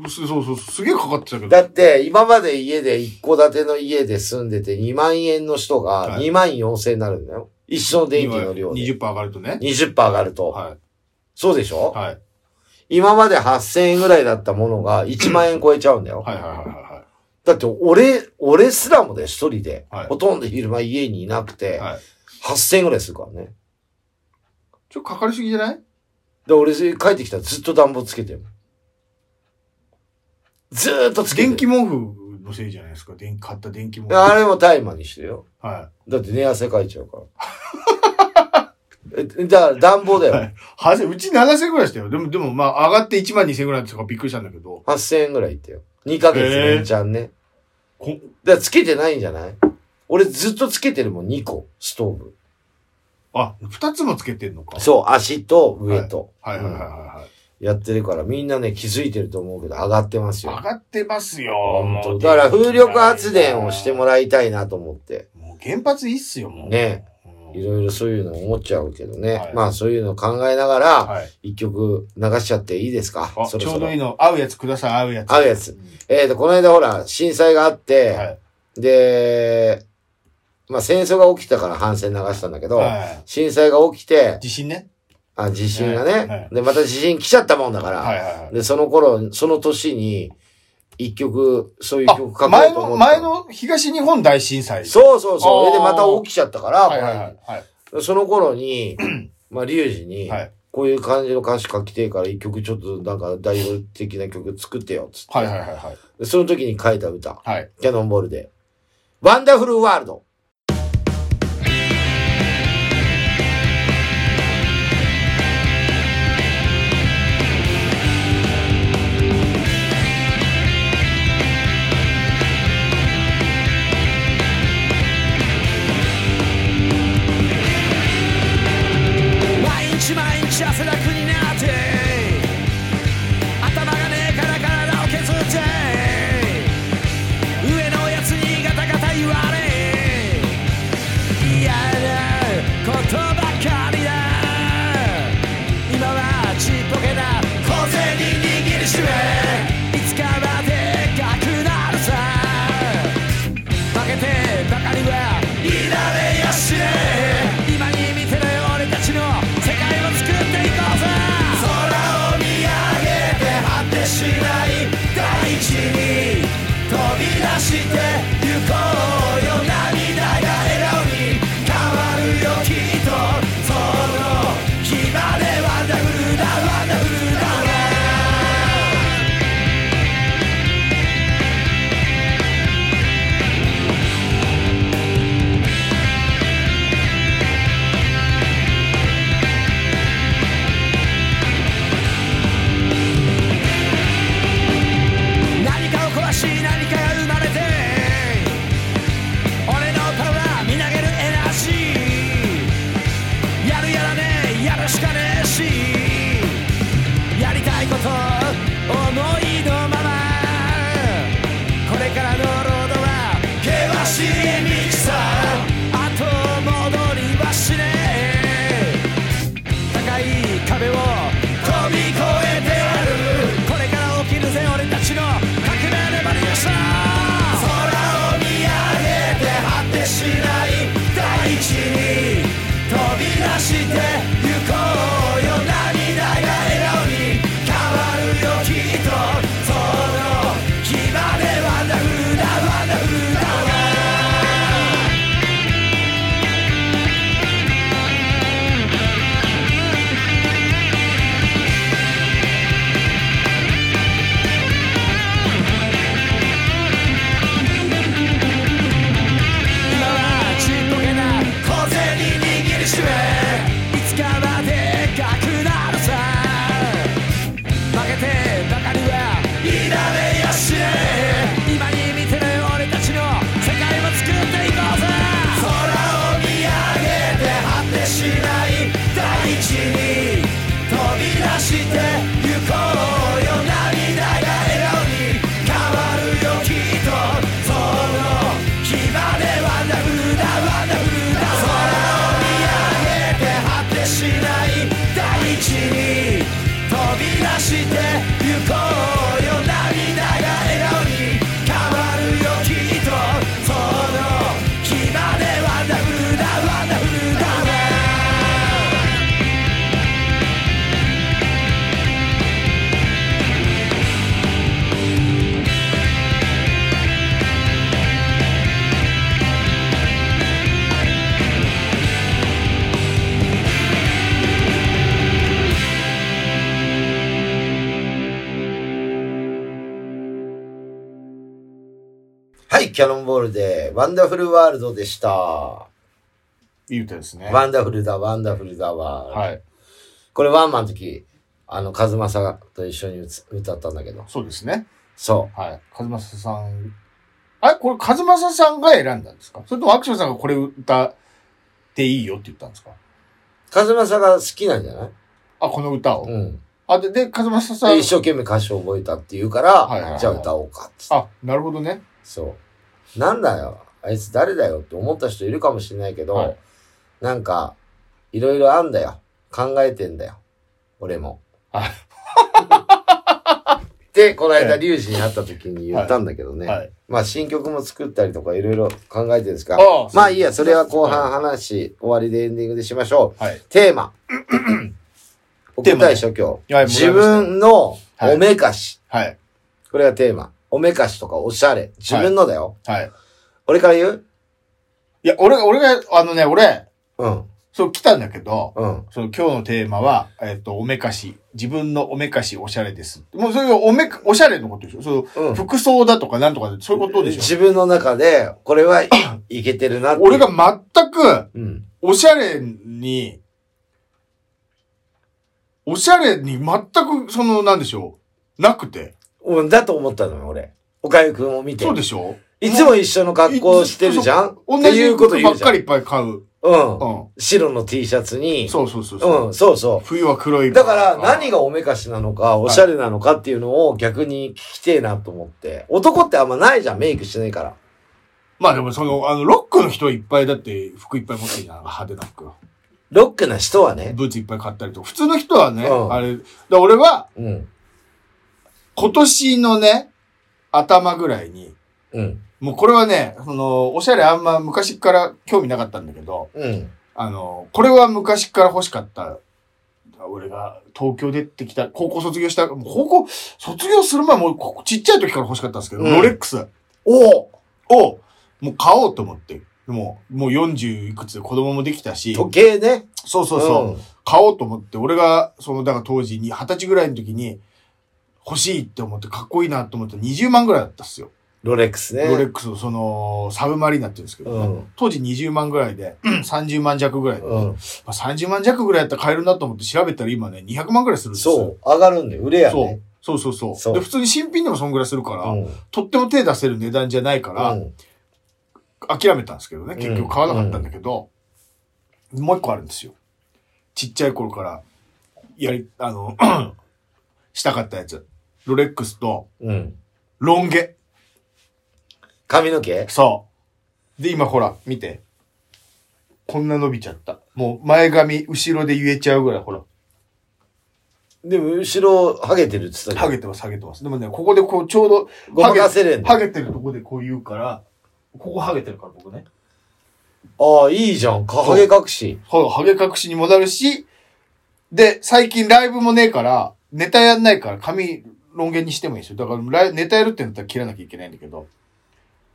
そうそうそう、すげえかかってたけど。だって、今まで家で、一戸建ての家で住んでて2万円の人がはい2万4千になるんだよ。一緒の電気の量で。 20%上がるとね。 20%上がると。はそうでしょい。、はい。今まで8000円ぐらいだったもの が1万円超えちゃうんだよ。はいはいはいはだって俺、俺すらもで一人で、はいほとんど昼間家にいなくて、い。はい。 8000円ぐらいするからね。ちょっとかかりすぎじゃないで、俺帰ってきたらずっと暖房つけてる。ずーっとつけて電る。気毛布のせいじゃないですか。電買った電気毛布。あれもタイマーにしてよ。はだって寝汗かいちゃう から。えだから暖房だい。よ。はい。はぜ、うち7000円ぐらいしたよ。でも、でもまあ、上がって1万2000円ぐらいですからびっくりしたんだけど。 8000円ぐらいいってよ。2ヶ月連チャンね。こだからつけてないんじゃない俺ずっとつけてるもん、2個、ストーブ。あ、2つもつけてんのか。そう、足と上と。はいはいはいはうんいはい。やってるから、みんなね、気づいてると思うけど、上がってますよ。上がってますよ。本も当うだから風力発電をしてもららいたいなと思って、う。もう原発いいっすよ、もう。ねうん。いろいろそういうの思っちゃうけどね。はいまあそういうの考えながら、はい。一曲流しちゃっていいですかあ、そろちそろょうどいいの。合うやつください、合うやつ。合うやつえーと、この間ほら、震災があって、はい。で、まあ戦争が起きたから反戦流したんだけど、はい。震災が起きて、地震ね。あ、地震がね。はいで、また地震来ちゃったもんだから。はいはいはい。で、その頃、その年に、一曲、そういうあ曲書こうと思って前の、前の東日本大震災。そうそうそう。あーそれでまた起きちゃったから、はいはいはいこれその頃 に、まあ、リュウジに、はいこういう感じの歌詞書きてえから一曲ちょっとなんか代表的な曲作ってよ、つって。はいはいはいはい。でその時に書いた歌、はい。キャノンボールで。ワンダフルワールド。毎日毎日汗だくになって頭がねえから体を削って上のやつにガタガタ言われ嫌なことばかりだ今はちっぽけな小銭握りしめいつかまででかくなるさ負けてばかりはいられやしねえ今に見てろよ俺たちの世界を作っていこうぜ空を見上げて果てしない大地に飛び出して行こうよ涙が笑顔に変わるよきっとその日までワンダフルだワンダフルだ何かを壊し何かが生まれて俺の歌はみなげるエナジーやるやらねえやるしかねえしやりたいこと思いのままこれからのロードは険しい道さ後戻りはしねえ高い壁を飛び越えてやるこれから起きるぜ俺たちの革命のバリエーション空を見上げて果てしない大地に飛び出して行こうよ涙が笑顔に変わるよきっとその日までワンダフルだワンダフルだ今はちっぽけな小銭握りしめいつかまでかくなるさ負けてばかりはいられやしねえ今に見てる俺たちの世界を作っていこうぜ空を見上げて果てしない大地に飛び出して行こうよ涙が笑顔に変わるよきっとその日までワンダフルだワンダフルだ空を見上げて果てしない大地に飛び出して行こうよ涙が笑顔に変わるよきっとその日までワンダフルだワンダフルだはい、キャノンボールで、ワンダフルワールドでした。いい歌ですね。ワンダフルだ、ワンダフルだわ。はい。これワンマンの時、あの、カズマサと一緒にうつ歌ったんだけど。そうですね。そはい。カズマサさん。あれこれ、カズマサさんが選んだんですかそれともアクションさんがこれ歌っていいよって言ったんですかう。カズマサが好きなんじゃないあ、この歌を、うん。あ、で、で、カズマサさんで、。一生懸命歌詞を覚えたって言うから、はいはいはいじゃあ歌おうかっつって。あ、なるほどね。そう。なんだよ。あいつ誰だよって思った人いるかもしれないけど、はいなんか、いろいろあんだよ。考えてんだよ。俺もはい。 で、この間、はいリュウジに会った時に言ったんだけどね。はい。まあ、新曲も作ったりとかいろいろ考えてるんですがああ、 まあいいや、それは後半話し、終わりでエンディングでしましょう。はい。テーマ。送りたいでしょ、今いやも日。らい自ました分のおめかし。はい。これがテーマ。おめかしとかおしゃれ。自分のだよ。はい。俺から言ういや、俺が、俺が、あのね、俺、うん。そう来たんだけど、うん。その今日のテーマは、えっ、と、おめかし。自分のおめかしおしゃれです。もうそれがおめか、おしゃれのことでしょその、うん服装だとかなんとか、そういうことでしょ自分の中で、これ はいいけてるなって。俺。が全く、うん。おしゃれに、おしゃれに全く、その、なんでしょう。なくて。うん、だと思ったのよ、俺。おかゆくんを見て。そうでしょいつも一緒の格好してるじゃんって同じいうこ服とば言うっじゃかん。りいっぱい買う。うんう。ん。白の T シャツに。そうそうそうそう。うん、そうそ。冬は黒いうだから、何がおめかしなのか、おしゃれなのかっていうのを逆に聞きてえなと思って。男ってあんまないじゃん、メイクしてないから。まあでもその、あの、ロックの人いっぱいだって服いっぱい持ってるじゃん。派手な服。ロックな人はね。ブーツいっぱい買ったりとか。普通の人はね、うんあれ、だから俺はうん。今年のね、頭ぐらいに、うん。もうこれはね、その、おしゃれあんま昔から興味なかったんだけど、うん。あの、これは昔から欲しかった。俺が東京出てきた、高校卒業した、もう高校、卒業する前もうここちっちゃい時から欲しかったんですけど、うんロレックス。おおを、もう買おうと思って。もう、もう40いくつで子供もできたし、時計ね。そうそうそう、ん買おうと思って、俺が、その、だから当時に、20歳ぐらいの時に、欲しいって思って、かっこいいなと思って、20万ぐらいだったっすよ。ロレックスね。ロレックスの、その、サブマリーナって言うんですけど、うん当時20万ぐらいで、30万 弱ぐらいで、まうん。あ、30万弱ぐらいだったら買えるなと思って調べたら今ね、200万ぐらいするんですよ。そう。上がるんだよ。売れやそうね。そうそうそうそうで、普通に新品でもそんぐらいするから、うんとっても手出せる値段じゃないから、うん諦めたんですけどね。ん結局買わなかったんだけど、もう一個あるんですよ。ちっちゃい頃から、やり、あの、 したかったやつ。ロレックスと、うん。ロン毛。髪の毛そう。で、今ほら、見て。こんな伸びちゃった。もう前髪、後ろで言えちゃうぐらい、ほら。でも、後ろ、ハゲてるって言ってたハけゲてます、ハゲてます。でもね、ここでこう、ちょうど、ごまかせれんのハゲハゲてるとこでこう言うから、ここハゲてるから、僕ね。ど。ああ、いいじゃん。かハゲ隠し。そう、ハゲ隠しにもなるし、で、最近ライブもねえから、ネタやんないから、髪、論言にしてもいいですよ。だからライ、ネタやるってなったら切らなきゃいけないんだけど、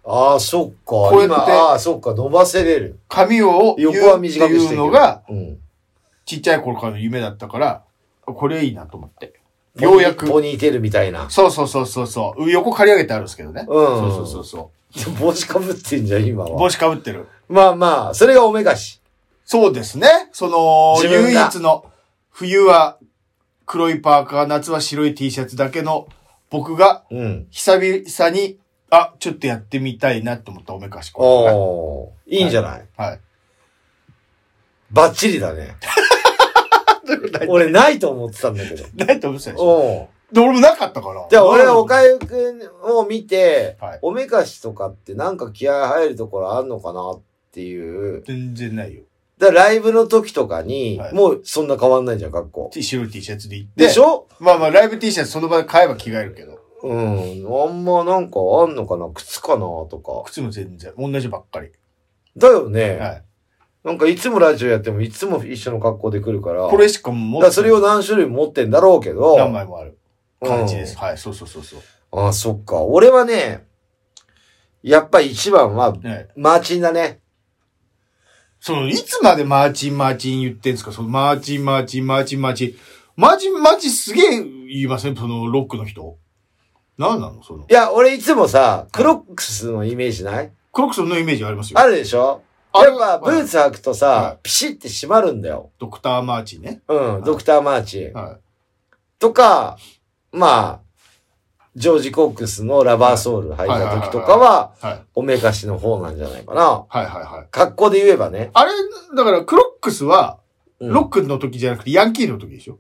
ああ、そっか。うやって今、ああ、そっか。伸ばせれる。髪を言う横は短くしってるけどていうのが、うん。ちっちゃい頃からの夢だったから、これいいなと思って。ようやくポニ。ポニーテールみたいな。そうそうそうそうそう。横刈り上げてあるんですけどね。うんそうそうそうそ 帽子かぶってんじゃん、今う。は帽。子かぶってる。まあまあ、それがおめかし。そうですね。その、自唯分が一の、冬は黒いパーカー、夏は白い T シャツだけの僕が、うん。久々に、あ、ちょっとやってみたいなと思ったおめかしこおー。いいんじゃないれ。はい。バッチリ だね。俺、ないと思ってたんだけど。ないと思ってたでしょ。おー。で、俺もなかったから。じゃあ、俺はおかかゆくんを見てはい、おめかしとかってなんか気合入るところあんのかなっていう。全然ないよ。だからライブの時とかには、いもうそんな変わんないじゃん、格好。 T 白い T シャツで行って。でしょまあまあ、ライブ T シャツその場で買えば着替えるけど。うん。あんまなんかあんのかな靴かなとか。靴も全然、同じばっかり。だよね。はい。なんかいつもラジオやってもいつも一緒の格好で来るから。これしかもだうからそれを何種類も持ってんだろうけど。何枚もある感じです。うんはい、そうそうそうそう。ああ、そっか。俺はね、やっぱ一番は、ねマーチンだね。その、いつまでマーチンマーチン言ってんすかその、マーチンマーチンマーチンマーチン。マーチンマーチンすげえ言いませんその、ロックの人。なんなのそのい。や、俺いつもさ、クロックスのイメージないクロックソンのイメージありますよ。あるでしょあやっぱブーツ履くとはさ、ピシって閉まるんだよ。ドクター・マーチンね。うん、ドクターマーチン。はとか、まあ、ジョージ・コックスのラバーソウル履いた時とかは、い。はい。おめかしの方なんじゃないかはな。いはいはい。格好で言えばね。あれ、だから、クロックスは、うんロックの時じゃなくて、ヤンキーの時でしょ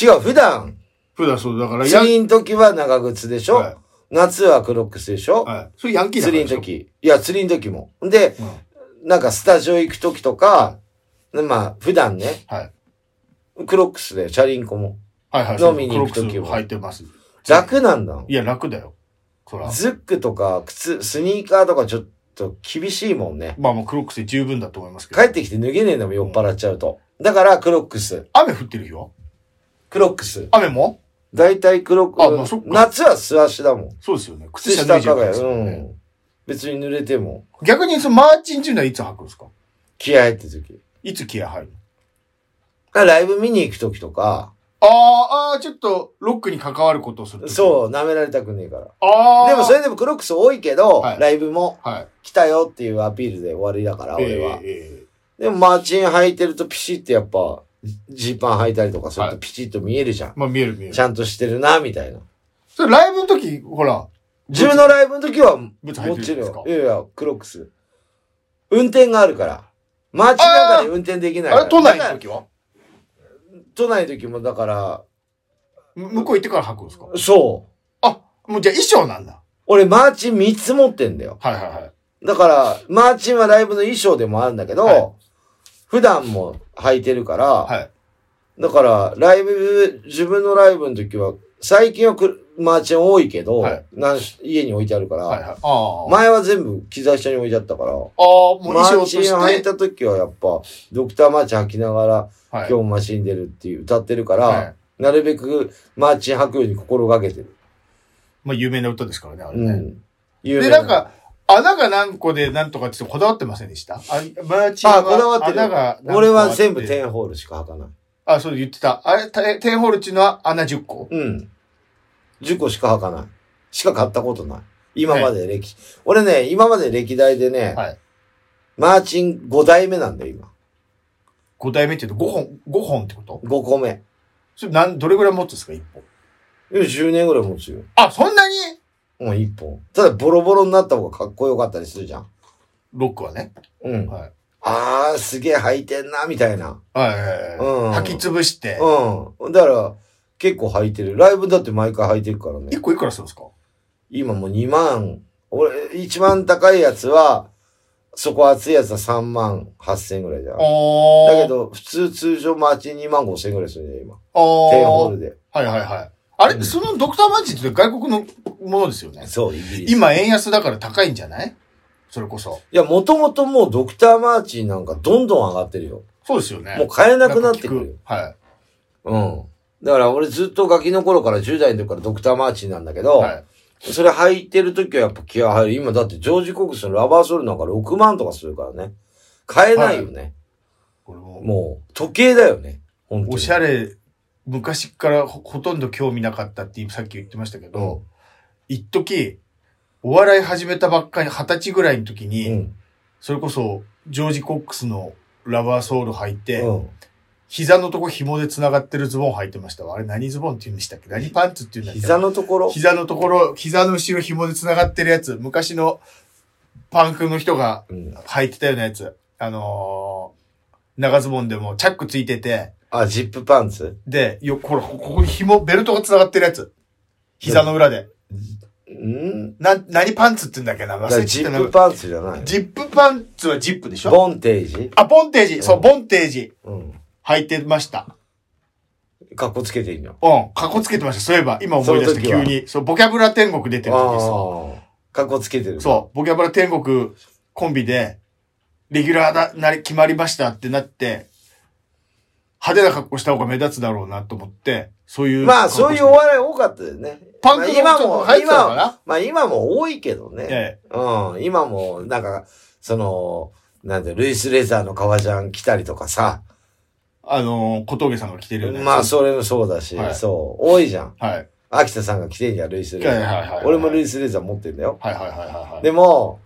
違う、普段、普段そう、だから、ヤン釣りの時は長靴でしょ、は夏はクロックスでしょ、い。はい。それヤンキーだから釣りでしょ。の時。いや、釣りの時も。で、うんなんかスタジオ行く時とか、まあ、普段ね、はい。クロックスで、チャリンコも。はいはい。飲みに行く時はクロックス履いてます。楽なんだ。いや、楽だよ。そら。ズックとか、靴、スニーカーとかちょっと厳しいもんね。まあもうクロックスで十分だと思いますけど。帰ってきて脱げねえんだもん、酔っ払っちゃうと。だから、クロックス。雨降ってるよ。クロックス。雨も大体クロックあまあそっか夏は素足だもん。そうですよね。靴靴下下脱いじゃかうがやや。つうねん。別に濡れても、逆にそのマーチンっていうのはいつ履くんですか気合って時。いつ気合入るのライブ見に行く時とか、あーあー、ちょっとロックに関わることをする。う。そう、舐められたくねえから。ああ。でもそれでもクロックス多いけど、はいライブもはい。来たよっていうアピールで終わりだから、俺は。えーえでもマーチン履いてるとピシってやっぱ、ジーパン履いたりとかするはといピチッと見えるじゃん。ーまあ見える見えるち。ゃんとしてるな、みたいな。それライブの時、ほら。自分のライブの時は、もブツ履いてちるんですかろん、いやいや、クロックス。運転があるから。マーチンなんかで運転できないかあら。れ、都内のだから時は都内の時もだから、む向こう行ってから履くんですかそう。あ、もうじゃあ衣装なんだ。俺、マーチン3つ持ってんだよ。はいはいはい。だから、マーチンはライブの衣装でもあるんだけど、はい普段も履いてるから、はい。だから、ライブ、自分のライブの時は、最近はくマーチン多いけど、はいなんし家に置いてあるから、はいはい。ああ。ああ、前は全部機材下に置いてあったから、ももうう衣装マーとチしン履いて。た時はやっぱ、ドクターマーチン履きながら、はい。今日もマシン出るっていう歌ってるから、はいなるべくマーチン履くように心がけてる。まあ有名な歌ですからね、あれうね。ん。有名で、なんか、穴が何個で何とかってこだわってませんでしたあ、マーチンはあ、こだわってる穴が。何個あって俺は全部10ホールしか履かない。あ、そう言ってた。あれ、テテンホールっていうのは穴10個。うん。10個しか履かない。しか買ったことない。今まで歴、俺ね、今まで歴代でね、はいマーチン5代目なんだよ、今。 5代目って言うと5本、五本ってこと5個目。それなん、どれぐらい持つんですか、1本。でも10年ぐらい持つよ。あ、そんなにもう1本。ただ、ボロボロになった方がかっこよかったりするじゃん。ロックはね。うん。はい。あー、すげえ履いてんな、みたいな。はいはいうんはい。履き潰して。うん。だから、結構履いてる。ライブだって毎回履いてるからね1。個いくらするんですか今もう2万。俺、一番高いやつは、そこ厚いやつは3万8千ぐらいじゃん。あだけど、普通、通常マーチン2万5千ぐらいするね、今。あーテンホールで。はいはいはい。あれ、うんそのドクターマンチって外国のものですよね。そう、イギリス。今円安だから高いんじゃないそれこそ。いや、もともともうドクターマーチンなんかどんどん上がってるよ。そうですよね。もう買えなくなってくんか聞るはよ。うん。だから俺ずっとガキの頃から10代の時からドクターマーチンなんだけい。ど、はい。それ履いてる時はやっぱ気合入る。今だってジョージ・コックスのラバーソールなんか6万とかするからね。買えないよね。これも、もう、時計だよね。本当に。おしゃれ、昔からほほとんど興味なかったってさっき言ってましたけうんど、。一時、お笑い始めたばっかり、二十歳ぐらいの時に、うん。それこそ、ジョージ・コックスのラバーソール履いて、うん。膝のとこ紐で繋がってるズボン履いてましたわ。あれ何ズボンって言うんでしたっけ何パンツって言うんだっけ膝のところ。膝のところ、膝の後ろ紐で繋がってるやつ、昔のパンクの人がうん。履いてたようなやつ。あのー、長ズボンでもチャックついてて、あ、ジップパンツで、よ、これ、こここに紐、ベルトが繋がってるやつ。膝の裏で。うんな、何パンツって言うんだっけなだ忘かられジちゃったップな。パンツじゃないのジップパンツはジップでしょボンテージあ、ボンテージ。そうう、んボンテージ。うん。履いてました。かっこつけていいの。うん。かっこつけてました。そういえば、今思い出したその時急はに。そう、ボキャブラ天国出てる時そう。ああ。かっこつけてる。そう、ボキャブラ天国コンビで、レギュラーだ、なり、決まりましたってなって、派手な格好した方が目立つだろうなと思って、そういう。まあ、そういうお格好し笑い多かったよね。パンクのまちょあっと入ってたのかな今もまあ今も多いけどね。てえうん。今も、なんか、その、なんて、ルイス・レザーの革ジャン着たりとかさ。えあのー小峠さんが来てるよね。まあ、それもそうだし、はいそう。多いじゃん。う。はい。秋田さんが着てんじゃん、ルイス・レザはいはいはいはいはー。い俺もルイス・レザー持ってんだよ。はいはいはいはいはい。でも、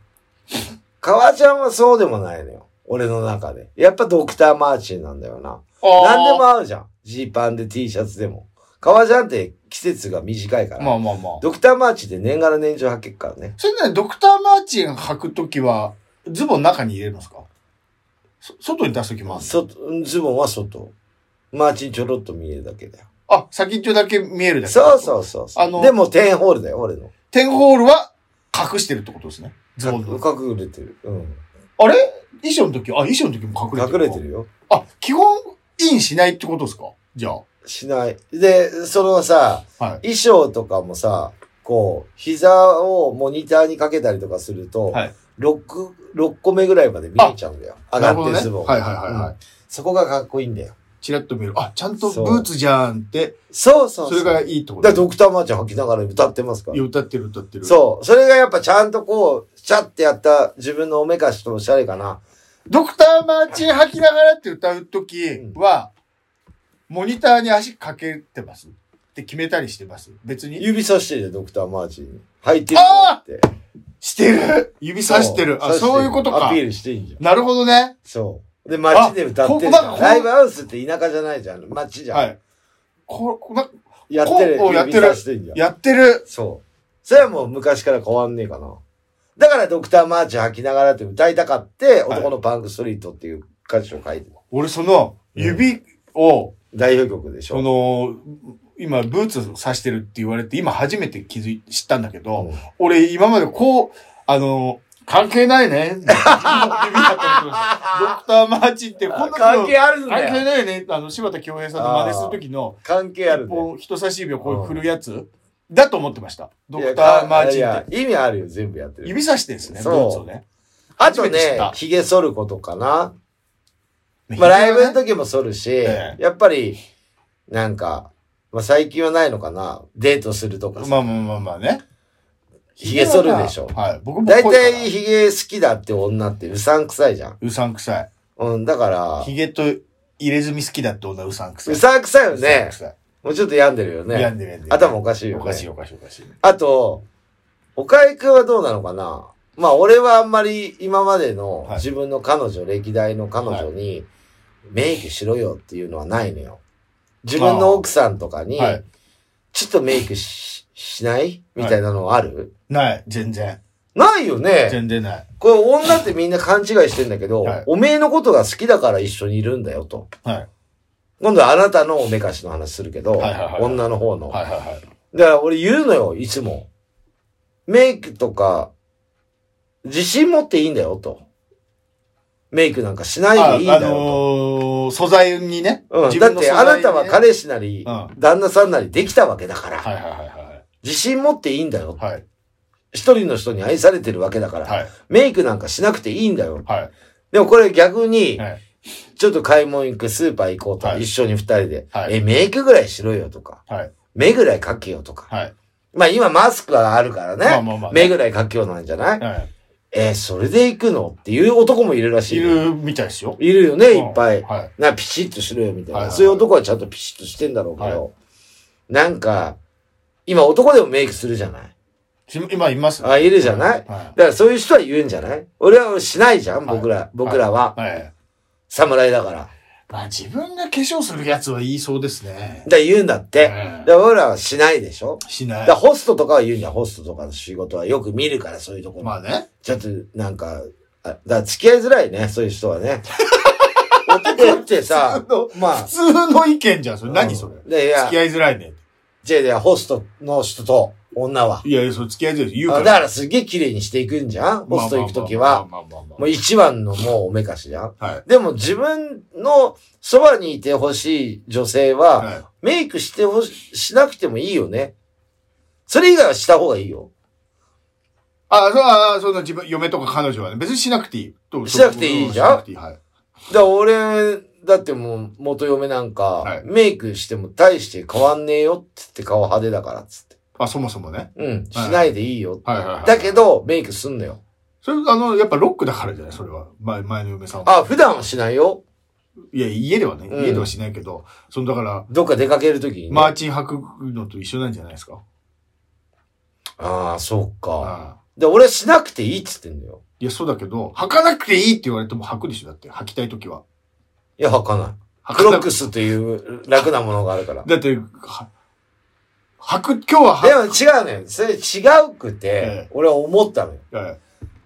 革ジャンはそうでもないのよ。俺の中で。やっぱドクター・マーチンなんだよな。あー何でも合うじゃん。ジーパンで T シャツでも。革ジャンって季節が短いから。まあまあまあ。ドクターマーチで年がら年中履けっからね。それね、ドクターマーチン履くときは、ズボン中に入れるんですかそ外に出すときもあるの外、ズボンは外。マーチンちょろっと見えるだけだよ。あ、先っちょだけ見えるだけ。そうそうそうそう。あのでも10ホールだよ、俺の。テンホールは隠してるってことですね。ズボンのか隠れてる。うん。あれ衣装の時、あ、衣装の時も隠れてる。隠れて。るよ。あ、基本、インしないってことですかじゃあ。しない。で、そのさ、はい。衣装とかもさ、こう、膝をモニターにかけたりとかすると、はい6、6個目ぐらいまで見えちゃうんだよ。上ながるほってどるねズボンが。はいはいはいはういん。そこがかっこいいんだよ。チラッと見える。あ、ちゃんとブそうーツじゃんって、そうそうそうれがいいってこだとからドクターマーチン履きながら歌ってますかいやら。歌ってる歌ってる。う。そう。それがやっぱちゃんとこう、シャってやった自分のおめかしとおしゃれかな。ドクターマーチン履きながらって歌うときは、モニターに足かけてますって決めたりしてます別に指さしてるよ、ドクターマーチンに。履いてるよって。してる指さしてる。あ、指さそういうことかアピ。ールしていいじゃん。なるほどね。そう。で、街で歌ってるじあこゃこん。だライブハウスって田舎じゃないじゃん。街じゃん。はい。こ、こな、やってる。こうやってる指さしてんじゃん。やってる。そう。それはもう昔から変わんねえかな。だからドクターマーチン履きながらって歌いたかって、はい男のパンクストリートっていう歌詞を書いてる。俺その、指を、代表曲でしそょ。の、今、ブーツ刺してるって言われて、今初めて気づい、知ったんだけど、うん俺今までこう、あの、関係ない ね。指だったドクター・マーチンってこんなの関係あるん関だ係よ。ないね。あの、柴田恭平さんの真似する時の、関係ある一んだよ。本、人差し指をこういう振るやつだと思ってました。ドクター・マーいチンっやて。意味あるよ、全部やってる。指さしてるんですね、ブそうーツをね。あ初とめて知っねた、髭剃ることかな。まあ、ライブの時も剃るし、ええやっぱり、なんか、まあ、最近はないのかな。デートするとかまさ。あまあまあまあね。髭剃るでしょはい。僕も大濃いから体、髭好きだって女ってうさんくさいじゃん。うさんくさい。うん、だから、ヒゲと入れ墨好きだって女うさんくさい。うさんくさいようさんねく。さい。もうちょっと病んでるよ病ね。んで病んで。頭おかしいよおね。かしいおかしいおかしい。あと、岡井くんはどうなのかなまあ俺はあんまり今までのはい自分の彼女、歴代の彼女に、メイクしろよっていうのはないのよ。自分の奥さんとかに、はい。ちょっとメイクししないみたいなのある、ない。全然。ないよね。全然ない。これ女ってみんな勘違いしてんだけど、はいおめえのことが好きだから一緒にいるんだよと。はい。今度はあなたのおめかしの話するけど、はいはいはい女の方の。はいはいはい。だから俺言うのよ、いつも。メイクとか、自信持っていいんだよ、と。メイクなんかしないでいいんああだのよ、ー、素材にね。と。うん。自だ分っのて素あ材にねなたは彼氏なり、うん旦那さんなりできたわけだから、はいはいは自信持っていいんだよい。はい。はい。一人の人に愛されてるわけだから、はい。メイクなんかしなくていいんだよ。はい。でもこれ逆に、はい。ちょっと買い物行く、スーパー行こうとか、はい一緒に二人で、はいえ、メイクぐらいしろよとか、はい。目ぐらいかけようとか。はい。まあ今マスクはあるからね。まあまあまあね目ぐらいかけようなんじゃないはいえーそれで行くのっていう男もいるらしいいよ。るみたいですよ。いるよね、いっぱい。はい。な、ピシッとしろよ、みたいな、はいはいはいそういう男はちゃんとピシッとしてんだろうけど。なんか、今男でもメイクするじゃないし今いますあ、いるじゃない、だはからそういう人は言うんじゃない俺はしないじゃん、はい僕ら、僕らは。い。はい。侍だから。だかまあ自分が化粧するやつは言いそうですね。ら言うんだって。だええから俺らはしないでしょしなだいから。ホストとかは言うんじゃん、ホストとかの仕事はよく見るから、そういうところ。まあね。ちょっと、なんか、あだから付き合いづらいね、そういう人 はね。男ってさ、まあ普、通の意見じゃん、それ。何それ。れいや付きいや、合いづらいね。じゃあいや、ホストの人と女は。いやいや、それ付き合いづらいです。言うあから。だからすげえ綺麗にしていくんじゃんホスト行くときは。まあまあまあまあまあもう一番のもうおめかしじゃんはい。でも自分のそばにいてほしい女性は、はい。メイクしてほし、しなくてもいいよね。それ以外はした方がいいよ。あ、そう、あ、その自分、嫁とか彼女はね、別にしなくていいと。しなくていいじゃんしなくていいはい。だから俺、だってもう元嫁なんか、はいメイクしても大して変わんねえよって言って顔派手だからっつって。あ、そもそもね。うん、しはいないでいいよって。はいはいはい。だけ。ど、メイクすんのよ。それ、あの、やっぱロックだからじゃないそれは。前、前の嫁さんは。あ、普段はしないよ。いや、家ではね、うん家ではしないけど、その、だから、どっか出かけるときに、ね。マーチン履くのと一緒なんじゃないですか。ああ、そうか。ああ。で、俺はしなくていいっつってんのよ。いや、そうだけど、履かなくていいって言われても履くでしょだって、履きたいときは。いや、履かない。履クロッくクスという楽なものがあるから。だって、は履く、今日はで履も違うのよ。それ違うくてえ、え俺は思ったのよ。く。はい。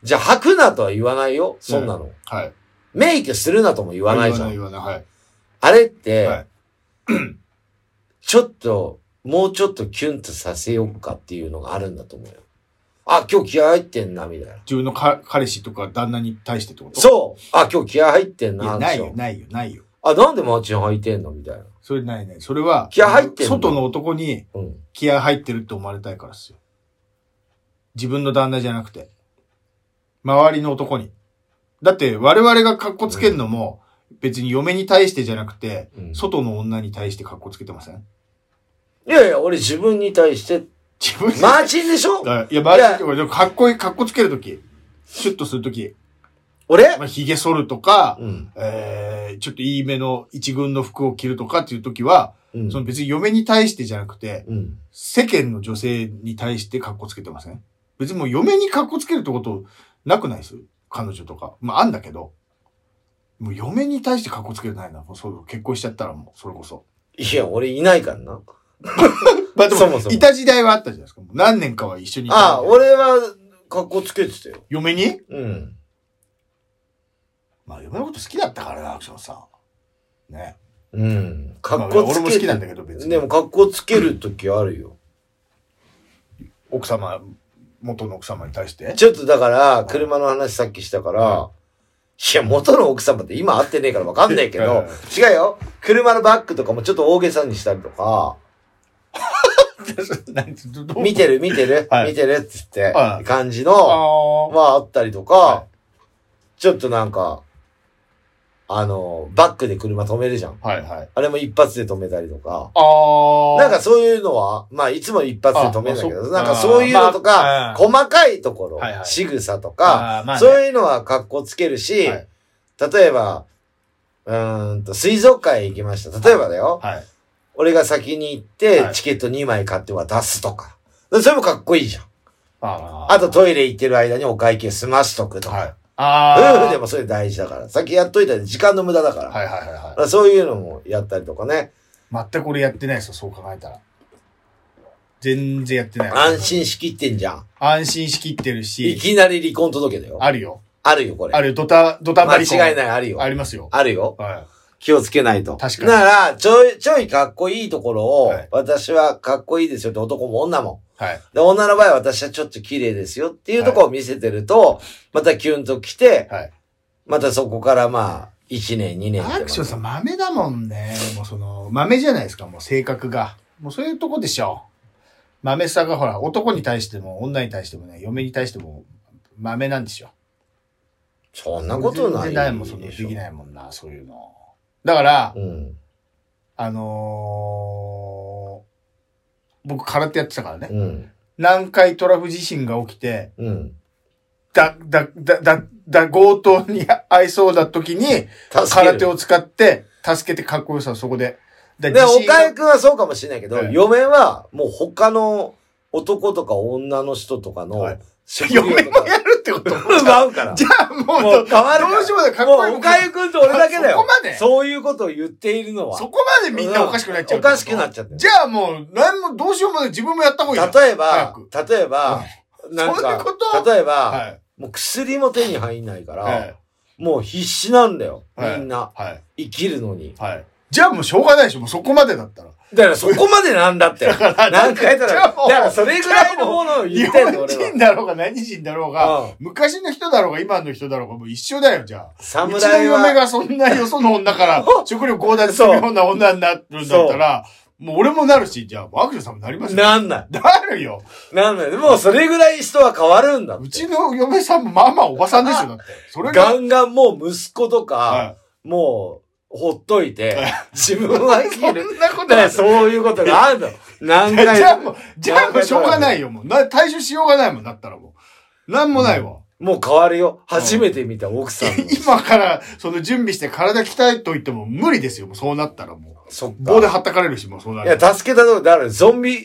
じゃあ、履くなとは言わないよ。そんなの。はい。メイクするなとも言わないじゃん。言わない、言わない。あれっはて、い。はい。ちょっと、もうちょっとキュンとさせようかっていうのがあるんだと思うよ。あ、今日気合入ってんな、みたいな。自分のか彼氏とか旦那に対してってことそうあ、今日気合入ってんいやな、ないでしよ、ょないよ、ないよ。あ、なんでマーチン履いてんのみたいな。それないね。それは、気合入ってんの外の男にうん。気合入ってるって思われたいからっすよ。自分の旦那じゃなくて。周りの男に。だって、我々が格好つけるのも、別に嫁に対してじゃなくて、うん外の女に対して格好つけてませんいやいや、俺自分に対して、自分マーチンで しょいや、マジで、でもかっこいい、かっこつけるとき、シュッとするとき、俺まあ、髭剃るとか、うん。えー、ちょっといい目の一軍の服を着るとかっていうときは、うんその別に嫁に対してじゃなくて、うん。世間の女性に対して格好つけてません別にもう嫁に格好つけるってことなくないです彼女とか。まあ、あんだけど。もう嫁に対して格好つけてないな。もうそう、結婚しちゃったらもう、それこそ。いや、俺いないからな。まあでも、そもそもいた時代はあったじゃないですか。もう何年かは一緒にいたああ、俺は、格好つけてたよ。嫁にうん。まあ、嫁のこと好きだったからな、アクションさん。ね。うん。まあ格好つけて、俺も好きなんだけど、別に。でも、格好つける時あるよ。奥様、元の奥様に対して。ちょっとだから、車の話さっきしたから、いや、元の奥様って今会ってねえからわかんねえけど、違うよ。車のバッグとかもちょっと大げさにしたりとか、 何どどう見てる見てる、はい見てるっつってはい、感じの、あーまああったりとか、はちょっとなんか、あの、バックで車止めるじゃん。はいはい。あれも一発で止めたりとか。ああ。なんかそういうのは、まあいつも一発で止めるんだけあど、そなんかそういうのとまかあ、細かいところはいは、い仕草とか、あーまあねそういうのは格好つけるし、はい例えば、うーんと、水族館へ行きました。例えばだよ。はい。俺が先に行っては、いチケット2枚買って渡すとか。それもかっこいいじゃん。あーあとトイレ行ってる間にお会計済ましとくとはかい。。ああ。夫婦でもそれ大事だから。先やっといたら時間の無駄だから。はいはいはいはだからそういうのもやったりとかね。い。全く俺やってないですよ、そう考えたら。全然やってない。安。心しきってんじゃん。安心しきってるいし、きなり離婚届けだよ。あるよ。あるよ、これ。あるよ、ドタ、ドタバリ間違いない、あるよ。ありますよ。あるよ。は気をつけないと。確かにだから、ちょい、ちょいかっこいいところを、はい私はかっこいいですよって男も女も。い。はい。で、女の場合は私はちょっと綺麗ですよっていうところを見せてると、またキュンと来て、はい。またそこからまあ、1年、2年。アクションさん、豆だもんね。もうその、豆じゃないですか、もう性格が。もうそういうとこでしょ。豆さがほら、男に対しても、女に対してもね、嫁に対しても、豆なんですよ。そんなことない。全然ないもん、その、できい。ないもんな、そういうの。だからう、ん。あのー、僕空手やってたからね。うん。南海トラフ地震が起きて、うん。だ、だ、だ、だ、だ、強盗に遭いそうだ時に、空手を使って、助けてかっこよさをそこで。でで、地震が岡井くんはそうかもしれないけど、はい嫁はもう他の男とか女の人とかのはい職業とか、嫁もやるってこと奪 うから。じゃあもう、もう変わるからどうしようもない、かっもこいいうもん岡井くんと俺だけだよ。そこまでそういうことを言っているのは。そこまでみんなおかしくなっちゃうおかしくなっちゃってるじゃあもう、なんも、どうしようもない、自分もやった方がいいよ。例えば早、例えば、なんそういうかこ、と例えはば、い。もう薬も手に入んないかはらい、。もう必死なんだよ。みはいんな、はい。生きるのに。はい。じゃあもうしょうがないでしょ、もうそこまでだったら。だからそこまで なんだって。から何回だじら。ゃだあもうからそれぐらいのものを日言ってんの、本俺は人。だろうが何人だろううがん、昔の人だろうが今の人だろうがもう一緒だよ、じゃあ。うちの侍嫁は、がそんなよその女 から、食料強奪するような女になるんだったら、もう俺もなるし、じゃあ、アクションさんもなりますよ。なんない。なるよ。なんない。でもそれぐらい人は変わるんだってうちの嫁さんもまあまあおばさんですよ、だって。それガが。ンガンもう息子とか、はもう、ほっと いて、自分は生いそきんる。なことだかないら。そういうこと があるの。何回じゃあもう、じゃあもうしょうがないよ、もう。な対処しようがないもん、だったらもう。なんもないわ。もう変わるよ。初めて見た奥さんの。 今から、その準備して体鍛えといっても無理ですよ、もうそうなったらもう。そっ棒でか。はったかれるし、もうそうないるや、。助けたとこだからゾンビ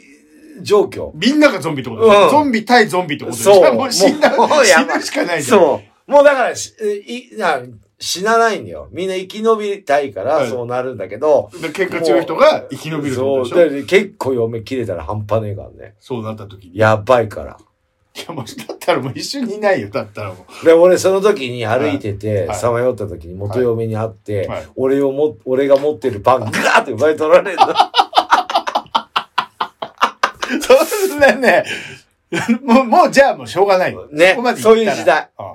状況。みんながゾンビってことでしょうんゾンビ対ゾンビってことでしょそうじゃあもう死んだ、もうもうや死ばいぬしかないじゃん。そう。もうだからし、い、な死なないんだよ。みんな生き延びたいかはらいそうなるんだけど。で喧嘩強い人が生き延びるってことでしそう。だょから結構嫁切れたら半端ねえからね。そうなった時に。いやばいから。や、もうだったらもう一緒にいないよ、だったらもで、俺その時に歩いてて、はいさまよった時に元嫁に会って、はい俺をも、俺が持ってる パンガーって奪い取られるの。う。そ んなね、もう、もうじゃあもうしょうがないよ。ねそこまでそういう時代あ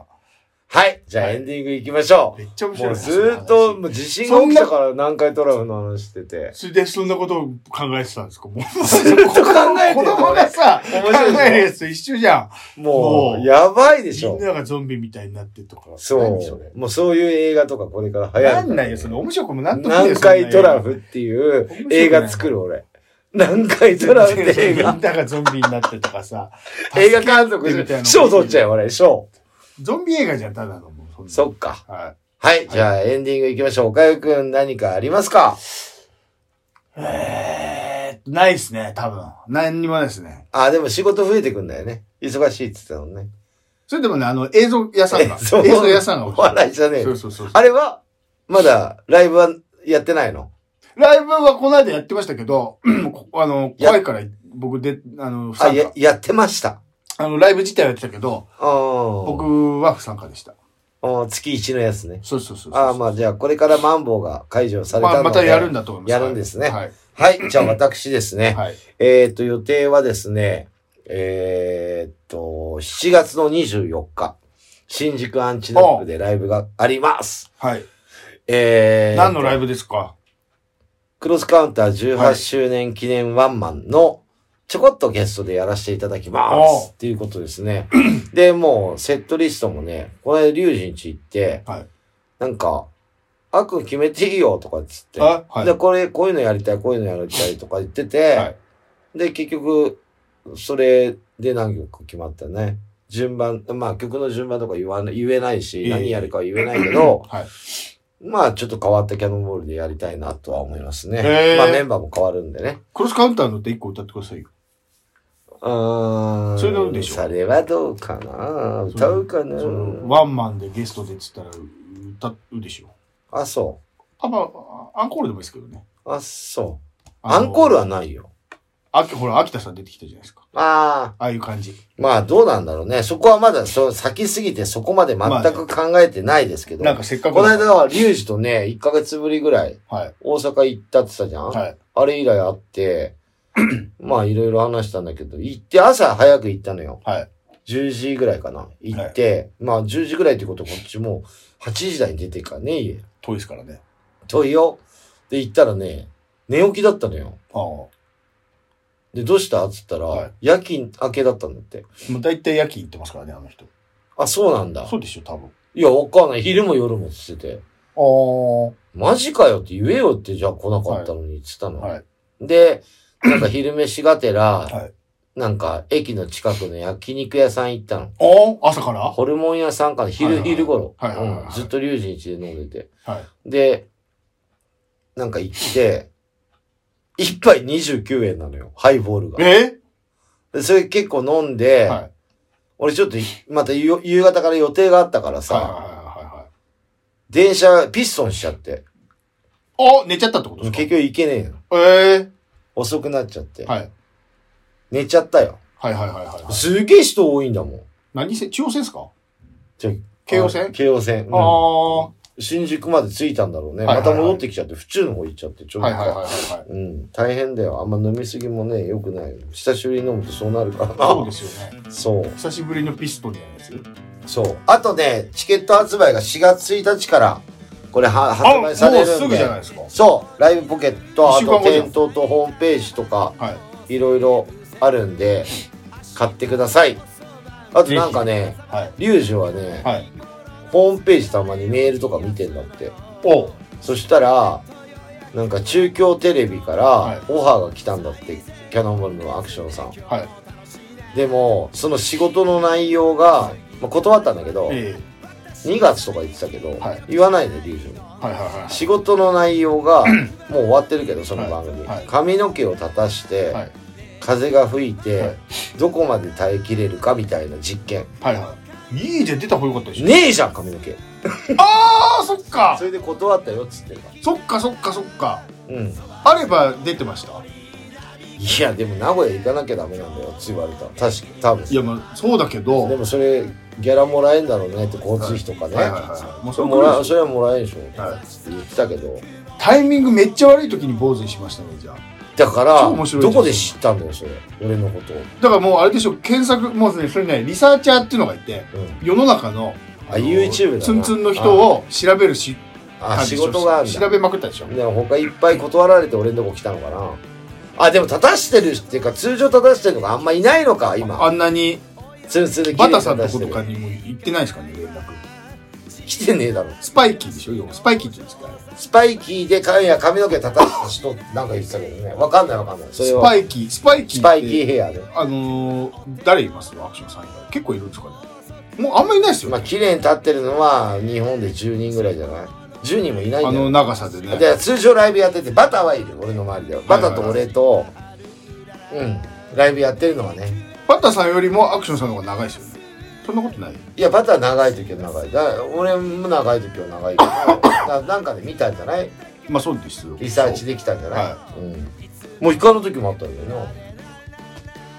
はい。じゃあエンディング行きましょめっちゃ面う。白もうい。ずーっと、もう地震が起きたから南海トラフの話してて。それで、そんなことを考えてたんですかもう。ずっと考えて子る供がさ、考面白いでしょえるやつと一緒じゃん。ももう、うやばいでしみょん。ながゾンビみたいになってとか。そう何れもうそういう映画とかこれから流行るかならんないよ、その面白くもなんともねえよ南海トラフっていうそんな映画映画作る俺。南海トラフって 映み画。。んながゾンビになってとかさ 映画監督みたいな賞取っちゃうよ俺、賞。ゾンビ映画じゃん、ただのもう。そんっか。な。はい。はい、じゃあエンディング行きましょう。岡かくん何かありますかえー、ないっすね、多分。何にもないっすね。あ、でも仕事増えてくんだよね。忙しいって言ってたのね。それでもね、あの、映像屋さんが、映 そう像屋さんがお欲しい笑いじゃねえそよう。そうそう。あれは、まだライブはやってないのライブはこの間やってましたけど、うんこあの、怖いから、僕で、あの、不あ、参や加、。やってました。あの、ライブ自体はやってたけど、あー僕は不参加でした。あー、月1のやつね。そうそうそうそう。ああ、まあじゃあこれからマンボウが解除されまたので。あ、またやるんだと思います。やるんですねはい。はい、じゃあ私ですね。はい。えっと、予定はですね、えっと、7月の24日、新宿アンチナップでライブがあります。はい。えー、何のライブブですかクロスカウンターは18い周年記念ワンマンの、ちょこっとゲストでやらせていただきまおうすっていうことですね。 で、もう、セットリストもね、この間、リュウジんち行って、はいなんか、あくん決めていいよとかっつって、あはいで、。これ、こういうのやりたい、こういうのやりたいとか言ってて、はいで、結局、それで何曲決まったね。順番、まあ曲の順番とか言わな言えないし、ええ何やるかは言えない けど、はい。まあちょっと変わったキャノンボールでやりたいなとは思いますね。ええまあメンバーも変わるんでね。クロスカウンターのって一個歌ってくださいよ。うーん。それどうでしょうそれはどうかな歌うかなそのワンマンでゲストでっつったら歌うでしょ。あ、そあ、まあ、アンコールでもいいですけどね。う。あ、そう。あアのンコールはないよ。あきほら、秋田さん出てきたじゃないですか。あああ、あいう感じ。まあどうなんだろうね。そこはまだ、そう、先すぎてそこまで全く考えてないですけど。なんかせっかく。この間は、リュウジとね、1ヶ月ぶりぐらい、はい。大阪行ったって言ったじゃん、はい。あれ以来会 って、まあいろいろ話したんだけど、行って朝早く行ったのよ。はい。 10時ぐらいかな。行って、まあ10時ぐらいってことはこっちもう8時台に出てっからね、家。遠いですからね。遠いよ。で行ったらね、寝起きだったのよ。ああ。もで、どうしたっつったら、はい夜勤明けだったんだって。う大体夜勤行ってますからね、あの人。あ、そうなんだそ。うでしょ、多分。いや、わかんない。昼も夜もっつってて。あマジかよって言えよってじゃあ来なかったのに言ってたの。はいはいで、なんか昼飯がてら、はいなんか駅の近くの焼肉屋さん行ったの。あ。お朝からはホルモン屋さんかな昼、はいはいはい昼頃。はいはいはいうんずっと龍神一で飲んでて。い。で、なんか行って、一杯29円なのよ。ハイボールが。えでそれ結構飲んで、はい。俺ちょっといまた夕夕方から予定があったからさ、はいはいは電車ピストンしちゃって、いはい。あ寝ちゃったってことですか結局行けねえよ。え遅くなっちゃって。え。はい。寝ちゃったよ。はいはいはいはいはい。すげえ人多いんだもん。何線中央線ですかじゃあ京王線京王線。うんああ。は新宿まで着いたんだろうはね。いまはいたはい戻ってきちゃって、府中の方行っちゃって、ちょいっはと。いはいはいはい。うん、大変だよ。あんま飲みすぎもね、良くないよ。久しぶりに飲むとそうなるからそうな。ですよね。そう、久しぶりのピストンじゃないですそう。あとね、チケット発売が4月1日から、これは発あ、も売うされるんで。すぐじゃないですか。そう、ライブポケット、あ一週間と後じゃん店頭とホームページとか、はい。いろいろあるんで、買ってください。あとなんかね、はい。リュウジはね、はい。ホームページたまにメールとか見てんだって。おそしたら、なんか中京テレビかはらいオファーが来たんだって、キャノンボールのアクションさん。はい。でも、その仕事の内容が、まあ、断ったんだけど、え2月とか言ってたけど、はい言わないで、リュウジにえ。はいはい仕事の内容 が、もう終わってるけど、その番組。はいはい髪の毛を立たして、はい風が吹いて、はいどこまで耐えきれるかみたいな実験。はい。はいはい。いいじゃん、出た方がよかったでしょ。ねえじゃん、髪の毛。ああ、そっかそ。れで断ったよっつってるかそっかそっかそっか。ら。うん。あれば出てましたいや、でも名古屋行かなきゃダメなんだよって言われた。確か、多分い。や、まあ、そうだけど。でもそれギャラもらえんだろうねって交通費とかね、はいはいはい。もうそそれれももららえそれはもらえんでしょ、はいって言ってたけどタイミングめっちゃ悪い時に坊主にしましたね、じゃあ。だか超面ら白いじゃどんこで知ったんだよそれ俺のことをだからもうあれでしょ、検索、もうね、それね、リサーチャーっていうのがいて、うん世の中の、ああ、YouTube だな。ツンツンの人を調べるし、あ。あ、仕事があるんだ調。べまくったでしょ。でも他いっぱい断られて俺のとこ来たのかな。あ、でも正してるっていうか、通常正してるのがあんまいないのか、今。あんなに、ツンツンで綺麗バにタさんと正しこてとかる。にも行ってないですかね、連絡。来てねえだろ。スパイキーでしょ要はスパイキーって言うんですかスパイキーで髪や髪の毛叩く人なんか言ってたけどね。わかんないわかんない。それスは。パイキー、スパイキースって。パイキーヘアで。あのー、誰いますアクションさん以外。結構いるんですかねもうあんまりいないですよ、まあ、ね。綺麗に立ってるのは日本で10人ぐらいじゃない ?10 人もいないんあだのよ。長さでね。で通常ライブやってて、バタはいる、俺の周りでは。バタと俺と、うん、ライブやってるのはね。バタさんよりもアクションさんの方が長いですよね。そんなことないいや、バタは長い時は長い。だ俺も長い時は長い けど、だなんかで見たんじゃないまあそうですよ。リサーチできたんじゃない、はうん。もう光の時もあったんだよね。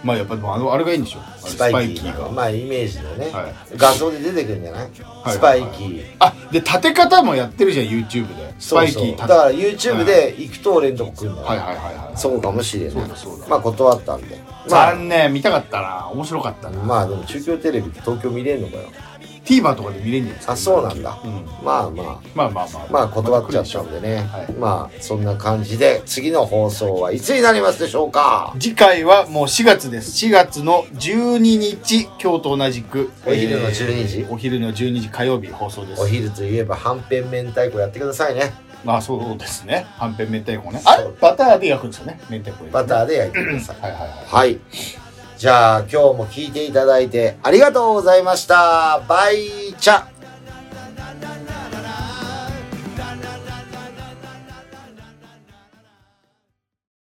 まあやっぱでもあの、あれがいいんでしょあれススパパイイキキーーが。が。まあ、イメージのね、はい画像で出てくるんじゃない、いスパイキー。あ、で、立て方もやってるじゃん、YouTube で。スそパうイキそう。ーだ立て。から YouTube で行くと俺んとこ来るんだよ、はいはいはいはい。そうかもしれない。そうだそうだまあ断ったんで。まあ、残念、見たかったな。面白かったな。まあでも中京テレビって東京見れんのかよ。 TVer とかで見れるんじゃないですか。あ、そうなんだ。うん。まあまあ。まあまあまあ。まあ断っちゃったんでね。はいまあそんな感じで次の放送はいつになりますでしょうか次回はもう4月です。4月の12日、今日と同じく。お昼の12時えーお昼の12時火曜日放送です。お昼といえばはんぺん明太子やってくださいね。まあそうですね。はんぺん明太子ね。あれバターで焼くんですよね。明太子。バー。ターで焼いてください。はいはいはい。はい。じゃあ今日も聞いていただいてありがとうございました。バイチャ